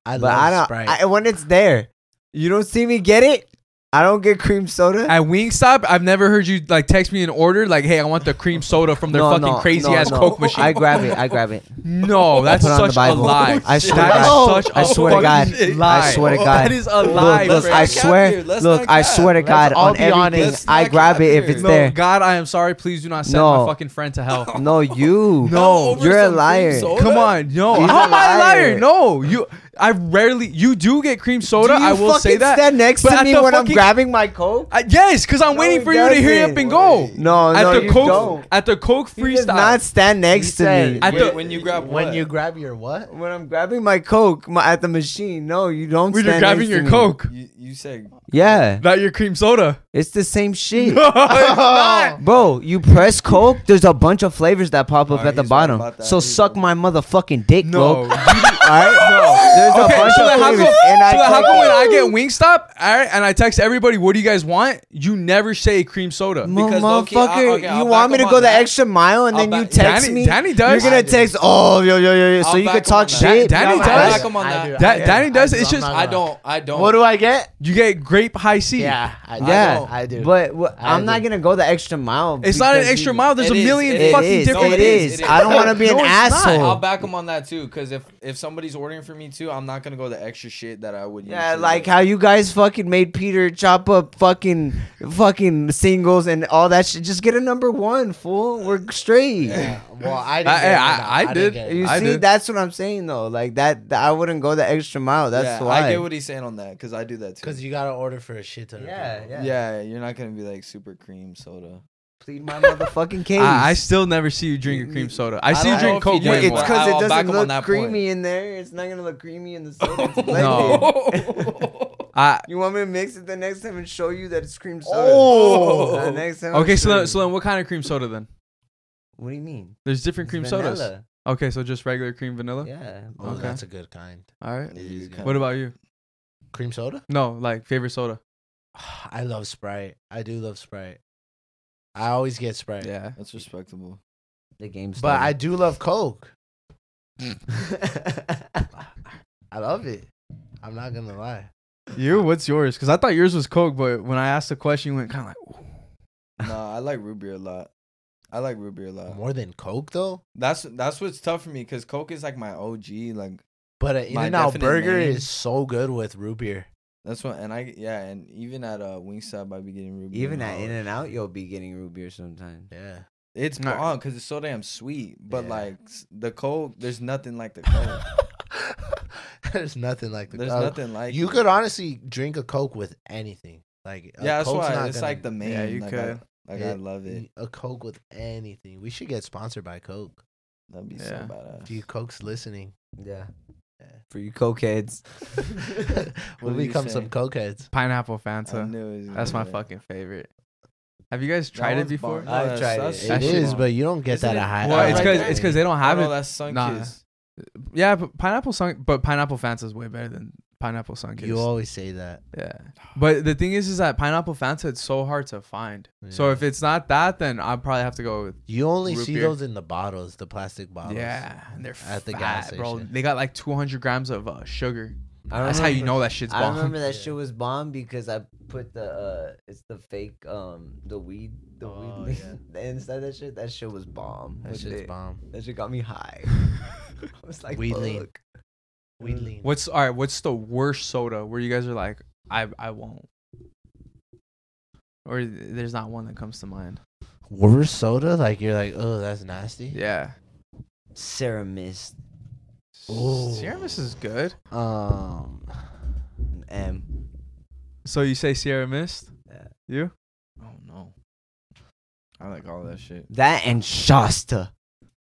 S1: I
S4: but I don't.
S1: Sprite.
S4: I, when it's there, you don't see me get it. I don't get cream soda.
S3: At Wingstop, I've never heard you like text me an order like, "Hey, I want the cream soda from their
S4: No,
S3: fucking
S4: no,
S3: crazy
S4: no,
S3: ass
S4: no.
S3: Coke machine."
S4: I grab it. I grab it.
S3: no, that's
S4: put it on the
S3: such a
S4: Bible.
S3: lie.
S4: I swear
S3: That
S4: to
S3: is
S4: God.
S3: such
S4: I
S3: a
S4: swear to God.
S3: fucking
S2: I
S3: lie.
S4: swear to God.
S3: That is a lie.
S4: look,
S3: bro.
S4: I
S2: Let's not
S4: swear-
S2: cap here. Let's
S4: Look,
S2: not
S4: I
S2: cap.
S4: swear to
S1: Let's
S4: God,
S1: all
S4: on
S1: be honest.
S4: everything,
S2: Let's
S4: I
S2: not
S4: grab
S2: cap
S4: it if
S2: here.
S4: it's
S3: No,
S4: there.
S3: God, I am sorry. Please do not send
S4: No.
S3: my fucking friend to hell.
S4: No, you.
S3: No,
S2: Over
S4: you're a
S2: some cream
S4: liar.
S2: soda?
S3: Come on, no.
S4: He's a
S3: How am I a
S4: liar.
S3: liar? No, you. I rarely. You do get cream soda.
S4: Do you
S3: I will say
S4: fucking
S3: that.
S4: Stand next
S3: But
S4: to
S3: at
S4: me
S3: the
S4: when I'm
S3: fucking-
S4: grabbing my coke.
S3: I, yes, because I'm
S4: No,
S3: waiting
S4: he
S3: for you to hurry
S4: doesn't.
S3: up and go.
S4: No,
S3: at
S4: no,
S3: the
S4: you
S3: Coke,
S4: don't.
S3: at the Coke
S4: You does
S3: freestyle.
S4: not stand next to me.
S2: I
S3: At
S2: when,
S3: the-
S2: when you grab
S1: when
S2: what?
S1: you grab your what?
S4: when I'm grabbing my coke my, at the machine, no, you don't.
S3: when you're
S4: stand
S3: grabbing
S4: next to
S3: your
S4: me.
S3: Coke,
S2: you, you said
S4: Yeah,
S3: not your cream soda.
S4: it's the same shit.
S3: No, it's not.
S4: Bro, you press Coke, there's a bunch of flavors that pop up
S2: Alright,
S4: at the
S2: he's right
S4: bottom.
S2: about that.
S4: So
S2: He's
S4: suck
S2: right.
S4: my motherfucking dick,
S3: No,
S4: bro.
S3: you-
S4: Alright? No. There's
S3: okay,
S4: a bunch
S3: so
S4: of
S3: then how come,
S4: flavors.
S3: so
S4: and I
S3: then how
S4: click
S3: come when
S4: it.
S3: I get Wingstop, all right, and I text everybody, "What do you guys want?" You never say cream soda.
S4: Mo-
S2: Because low-key, I-
S4: motherfucker,
S2: okay, I'll
S4: you
S2: back
S4: want me to
S2: him
S4: go
S2: on
S4: the
S2: that.
S4: extra mile and
S2: I'll
S4: then you
S2: back-
S4: text
S3: Danny,
S4: me?
S3: Danny
S4: You're
S3: does.
S4: gonna text, oh, yo, yo, yo, yo. So
S2: I'll
S4: you
S2: back
S4: could
S2: him on that.
S4: talk shit?
S3: Da- Danny
S1: No, I
S3: does.
S1: do.
S2: Back him on
S1: I
S2: that.
S1: do, I
S3: That-
S1: do.
S3: Danny does,
S1: do.
S3: it's
S1: I'm
S3: just-
S1: not
S2: I
S1: gonna
S2: don't. I don't.
S1: What do I get?
S3: You get grape high C.
S1: Yeah, I do.
S4: Yeah,
S1: I do.
S4: But wh- I'm not
S1: do.
S4: gonna go the extra mile.
S3: It's not an
S4: because
S3: extra
S4: you-
S3: mile. There's
S2: It
S3: a
S2: is,
S3: million
S2: it is.
S3: fucking
S4: is,
S3: different.
S4: it
S2: ways.
S4: is.
S2: It
S4: I don't
S2: is.
S4: want to be
S3: No,
S4: an
S3: it's not.
S4: asshole.
S2: I'll back him on that too, because if if somebody's ordering for me too, I'm not gonna go the extra shit that I would.
S4: Yeah,
S2: usually
S4: like
S2: do.
S4: how you guys fucking made Peter chop up fucking fucking singles and all that shit. Just get a number one, fool. We're straight.
S1: Yeah, well, I didn't.
S3: I-
S1: get it,
S3: I-
S1: no,
S3: I
S1: didn't
S3: did.
S1: get it.
S4: You
S3: I
S4: see,
S3: did.
S4: that's what I'm saying though. Like that, th- I wouldn't go the extra mile. That's
S2: yeah,
S4: why.
S2: I get what he's saying on that because I do that too.
S1: Because you gotta order for a shit ton of
S4: Yeah,
S1: people.
S4: yeah.
S2: yeah, you're not gonna be like super cream soda.
S4: Plead my motherfucking case.
S3: I, I still never see you drink a cream soda. I,
S2: I
S3: see you
S2: don't know
S3: drink
S2: if you
S3: Coke.
S2: do
S3: way
S4: it's
S3: more.
S2: I- I'll
S4: because
S2: back
S4: it doesn't
S2: 'em on that
S4: look creamy
S2: point.
S4: in there. It's not gonna look creamy in the soda. It's blended.
S3: No. I,
S4: You want me to mix it the next time and show you that it's cream soda?
S2: Oh.
S4: The next time I'll
S3: okay, so
S4: show
S3: then,
S4: you.
S3: so then, what kind of cream soda then?
S4: what do you mean?
S3: There's different
S4: It's
S3: cream sodas.
S4: vanilla.
S3: Okay, so just regular cream vanilla.
S4: Yeah.
S1: Oh,
S3: Okay.
S1: that's a good kind.
S3: All right.
S1: It is good.
S3: What about you?
S1: cream soda?
S3: No, like favorite soda.
S1: I love Sprite. I do love Sprite. I always get Sprite.
S3: Yeah.
S2: That's respectable.
S4: The game.
S1: But I do love Coke.
S4: I.
S1: I love it. I'm not gonna lie.
S3: You? What's yours? Because I thought yours was Coke, but when I asked the question, you went kind of like,
S2: Nah, I like root beer a lot. I like root beer a lot.
S1: More than Coke though.
S2: That's that's what's tough for me because Coke is like my OG. Like
S1: But an In
S2: My
S1: and Out
S2: definite
S1: burger
S2: name.
S1: is so good with root beer.
S2: that's what, and I yeah, and even at uh Wingstop, I be getting root beer.
S4: Even at
S2: all.
S4: In and Out, you'll be getting root beer sometimes.
S1: Yeah.
S2: it's
S3: Nah.
S2: bomb because it's so damn sweet. But
S1: Yeah.
S2: like s- the Coke, there's nothing like the Coke.
S1: There's nothing like the
S2: there's
S1: Coke.
S2: nothing like
S1: you
S2: it.
S1: could uh, honestly drink a Coke with anything. Like a
S2: Yeah, that's
S1: Coke's
S2: why
S1: not
S2: it's
S1: gonna-
S2: like the main.
S3: Yeah, you
S2: like,
S3: could.
S2: I, like I
S1: It-
S2: love it.
S1: A Coke with anything. We should get sponsored by Coke.
S2: That'd be so
S3: Yeah.
S2: badass.
S1: If you Coke's listening,
S4: Yeah.
S1: Yeah.
S4: For you cokeheads.
S1: we'll
S2: do you
S1: become some
S2: say?
S1: Cokeheads.
S3: pineapple
S2: I
S3: Fanta.
S2: knew it was
S3: That's my
S2: gonna-
S3: fucking favorite. Have you guys
S2: That
S3: tried it
S2: one's
S3: before?
S2: bomb.
S4: I
S2: that's-
S4: tried it.
S2: that's
S1: It
S3: That shit
S1: is,
S2: bomb.
S1: but you don't get
S2: Isn't
S1: that
S2: it-
S1: at high.
S3: Well,
S1: I
S3: it's
S1: don't
S3: because
S1: get
S3: it's
S1: it.
S3: because they don't
S2: Oh,
S3: have
S2: no,
S3: it.
S2: that's sun
S3: Nah.
S2: kiss.
S3: Yeah, but pineapple sun, but pineapple Fanta is way better than pineapple sun
S1: You always say that.
S3: Yeah, but the thing is, is that pineapple Fanta it's so hard to find. So
S1: Yeah.
S3: if it's not that, then I probably have to go with
S1: You only
S3: Root
S1: see
S3: beer.
S1: those in the bottles, the plastic bottles.
S3: yeah. And they're fat,
S1: At the gas
S3: bro.
S1: station.
S3: They got like 200 grams of uh, sugar.
S4: I
S3: That's how you know that shit's
S4: I
S3: bomb.
S4: remember that
S1: Yeah.
S4: shit was bomb because I put the uh it's the fake um the weed the
S1: Oh,
S4: weed
S1: yeah.
S4: the inside that shit that shit was bomb.
S1: That
S4: with
S1: shit's
S4: it.
S1: bomb.
S4: That shit got me high. I was like
S1: Weed lean.
S4: fuck.
S1: Weed lean.
S3: What's all right? What's the worst soda where you guys are like, I I won't. Or there's not one that comes to mind.
S1: Worst soda? Like you're like, oh, that's nasty.
S3: Yeah.
S4: Ceramist
S1: Ooh.
S3: Ceramus is good.
S1: Um,
S4: M. Uh,
S3: So you say Sierra Mist?
S4: Yeah.
S3: You?
S2: Oh no. I like all that shit.
S4: That and Shasta.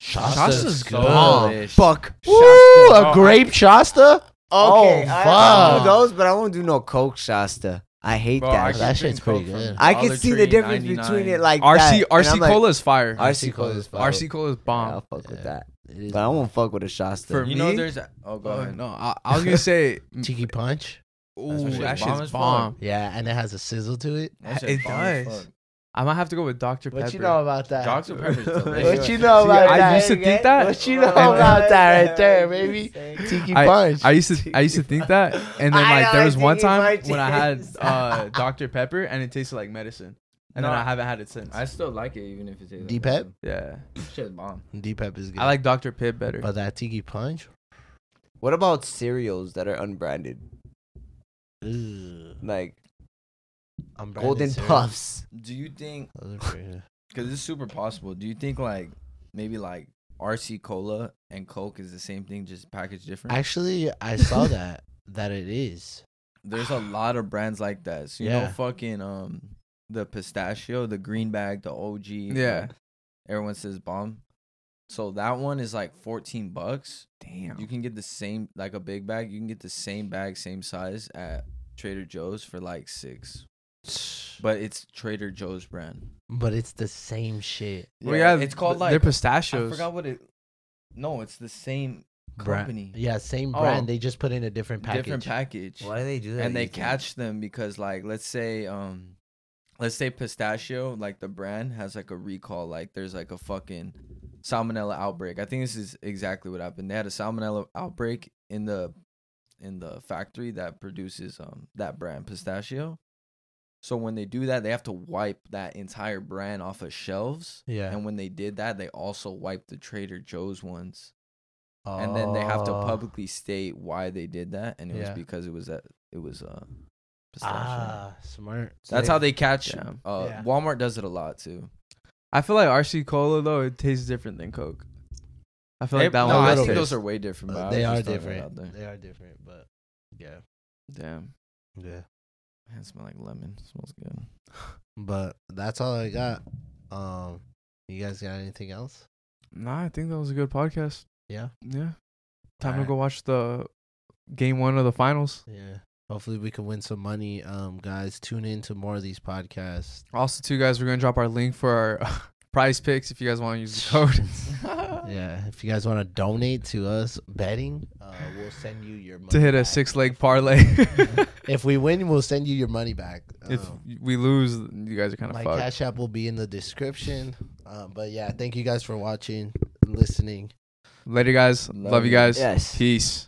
S1: Shasta's
S3: Shasta's
S1: good.
S3: bomb.
S2: Delish.
S4: Fuck.
S1: Ooh,
S3: Oh,
S1: a
S3: I-
S1: grape Shasta?
S4: Okay,
S1: Oh,
S4: I, I'll
S1: fuck.
S4: do those, but I won't do no coke Shasta. I hate
S3: Bro,
S4: that.
S3: I
S1: That
S3: can
S1: shit's
S3: drink
S1: pretty
S3: Coke from
S1: good.
S4: I can
S3: Dollar
S4: see
S3: Tree,
S4: the difference
S2: 99.
S4: between it like
S3: RC
S4: that, and
S3: RC
S4: I'm like,
S3: cola is fire.
S4: RC cola is fire.
S3: RC cola is
S4: Yeah,
S3: bomb.
S4: I'll fuck with
S1: Yeah.
S4: that,
S1: It is.
S4: but I won't fuck with a Shasta.
S3: For
S2: You
S3: me?
S2: know, there's. a- Oh, go
S3: Oh,
S2: ahead.
S3: no, I, I was gonna say,
S1: Tiki punch.
S3: ooh,
S2: shit's
S3: that
S2: bomb
S3: shit's
S2: as fuck.
S3: bomb.
S1: Yeah, and it has a sizzle to it.
S2: That
S3: It
S2: shit's bomb as
S3: does.
S2: fuck.
S3: I might have to go with Dr. Pepper.
S1: What you know about that?
S2: Dr. Pepper's delicious.
S1: what you know
S3: See,
S1: about
S3: I
S1: that?
S3: used to think that.
S1: What you know about that right there, baby? Tiki Punch.
S3: I used to I used to think that, and then
S4: I
S3: like there
S4: like
S3: was one
S4: Tiki
S3: time when I had
S4: Martinez.
S3: uh, Dr Pepper and it tasted like medicine, and
S2: No.
S3: then I haven't had it since.
S2: I still like it even if it tastes
S1: Deep
S2: like
S3: yeah,
S2: that. Shit's bomb.
S1: Deepep is good.
S3: I like Dr Pibb better.
S1: but that Tiki Punch.
S4: What about cereals that are unbranded,
S1: Ugh.
S4: like
S1: Unbranded
S4: Golden
S1: cereal.
S4: Puffs?
S2: Do you think
S1: Those are pretty good.
S2: because it's super possible, do you think like maybe like RC Cola and Coke is the same thing just packaged different?
S1: Actually, I saw that that it is.
S2: There's a lot of brands like that. So you know
S1: Yeah.
S2: fucking um the pistachio, the green bag, the OG.
S3: Yeah.
S2: the Everyone says bomb. So that one is like 14 bucks.
S3: Damn.
S2: You can get the same like a big bag, you can get the same bag, same size at Trader Joe's for like 6. But it's Trader Joe's brand.
S1: But it's the same shit.
S3: Well, yeah,
S2: it's called
S3: th-
S2: like
S3: they're
S2: I
S3: pistachios.
S2: forgot what it No, it's the same
S1: Bra-
S2: company.
S1: Yeah, same
S2: Oh.
S1: brand. They just put in a different package.
S2: Different package.
S4: Why do they do that?
S2: and
S4: do
S2: they
S4: you think?
S2: catch them because like let's say um let's say pistachio like the brand has like a recall like there's like a fucking salmonella outbreak i think this is exactly what happened they had a salmonella outbreak in the in the factory that produces um that brand pistachio so when they do that they have to wipe that entire brand off of shelves
S1: Yeah.
S2: and when they did that they also wiped the trader joe's ones and then they have to
S1: Oh.
S2: publicly state why they did that, and it
S1: Yeah.
S2: was because it was that it was uh, pistachio.
S1: Ah, smart.
S2: That's how they catch.
S3: Yeah.
S2: Uh,
S1: Yeah.
S2: Walmart does it a lot too.
S3: I feel like RC Cola though it tastes different than Coke. I feel like
S2: It-
S3: that
S2: no,
S3: one.
S2: I
S3: has
S1: little
S2: think
S1: bit.
S2: those
S3: taste.
S2: Uh, are way different. but I
S1: they
S2: was
S1: are
S2: just throwing that
S1: different.
S2: out there.
S1: They are different, but yeah,
S3: Damn.
S1: yeah.
S2: Man, it smell like lemon. It smells good.
S1: But that's all I got. Um, you guys got anything else?
S3: Nah, I think that was a good podcast.
S1: Yeah.
S3: Yeah. Time to
S1: Alright.
S3: go watch the game one of the finals.
S1: Yeah. Hopefully we can win some money. Um, guys, tune in to more of these podcasts.
S3: Also, too, guys, we're gonna drop our link for our prize picks if you guys want to use the code.
S1: Yeah. If you guys want to donate to us betting, uh, we'll send you your money
S3: to hit a
S1: back.
S3: six leg parlay.
S1: If we win, we'll send you your money back.
S3: if
S1: Um,
S3: we lose, you guys are kind of
S1: my
S3: fucked.
S1: cash app will be in the description. Um, but yeah, thank you guys for watching, listening.
S3: Later, guys.
S2: Love
S3: Love, you
S2: you.
S3: guys.
S4: Yes.
S3: Peace.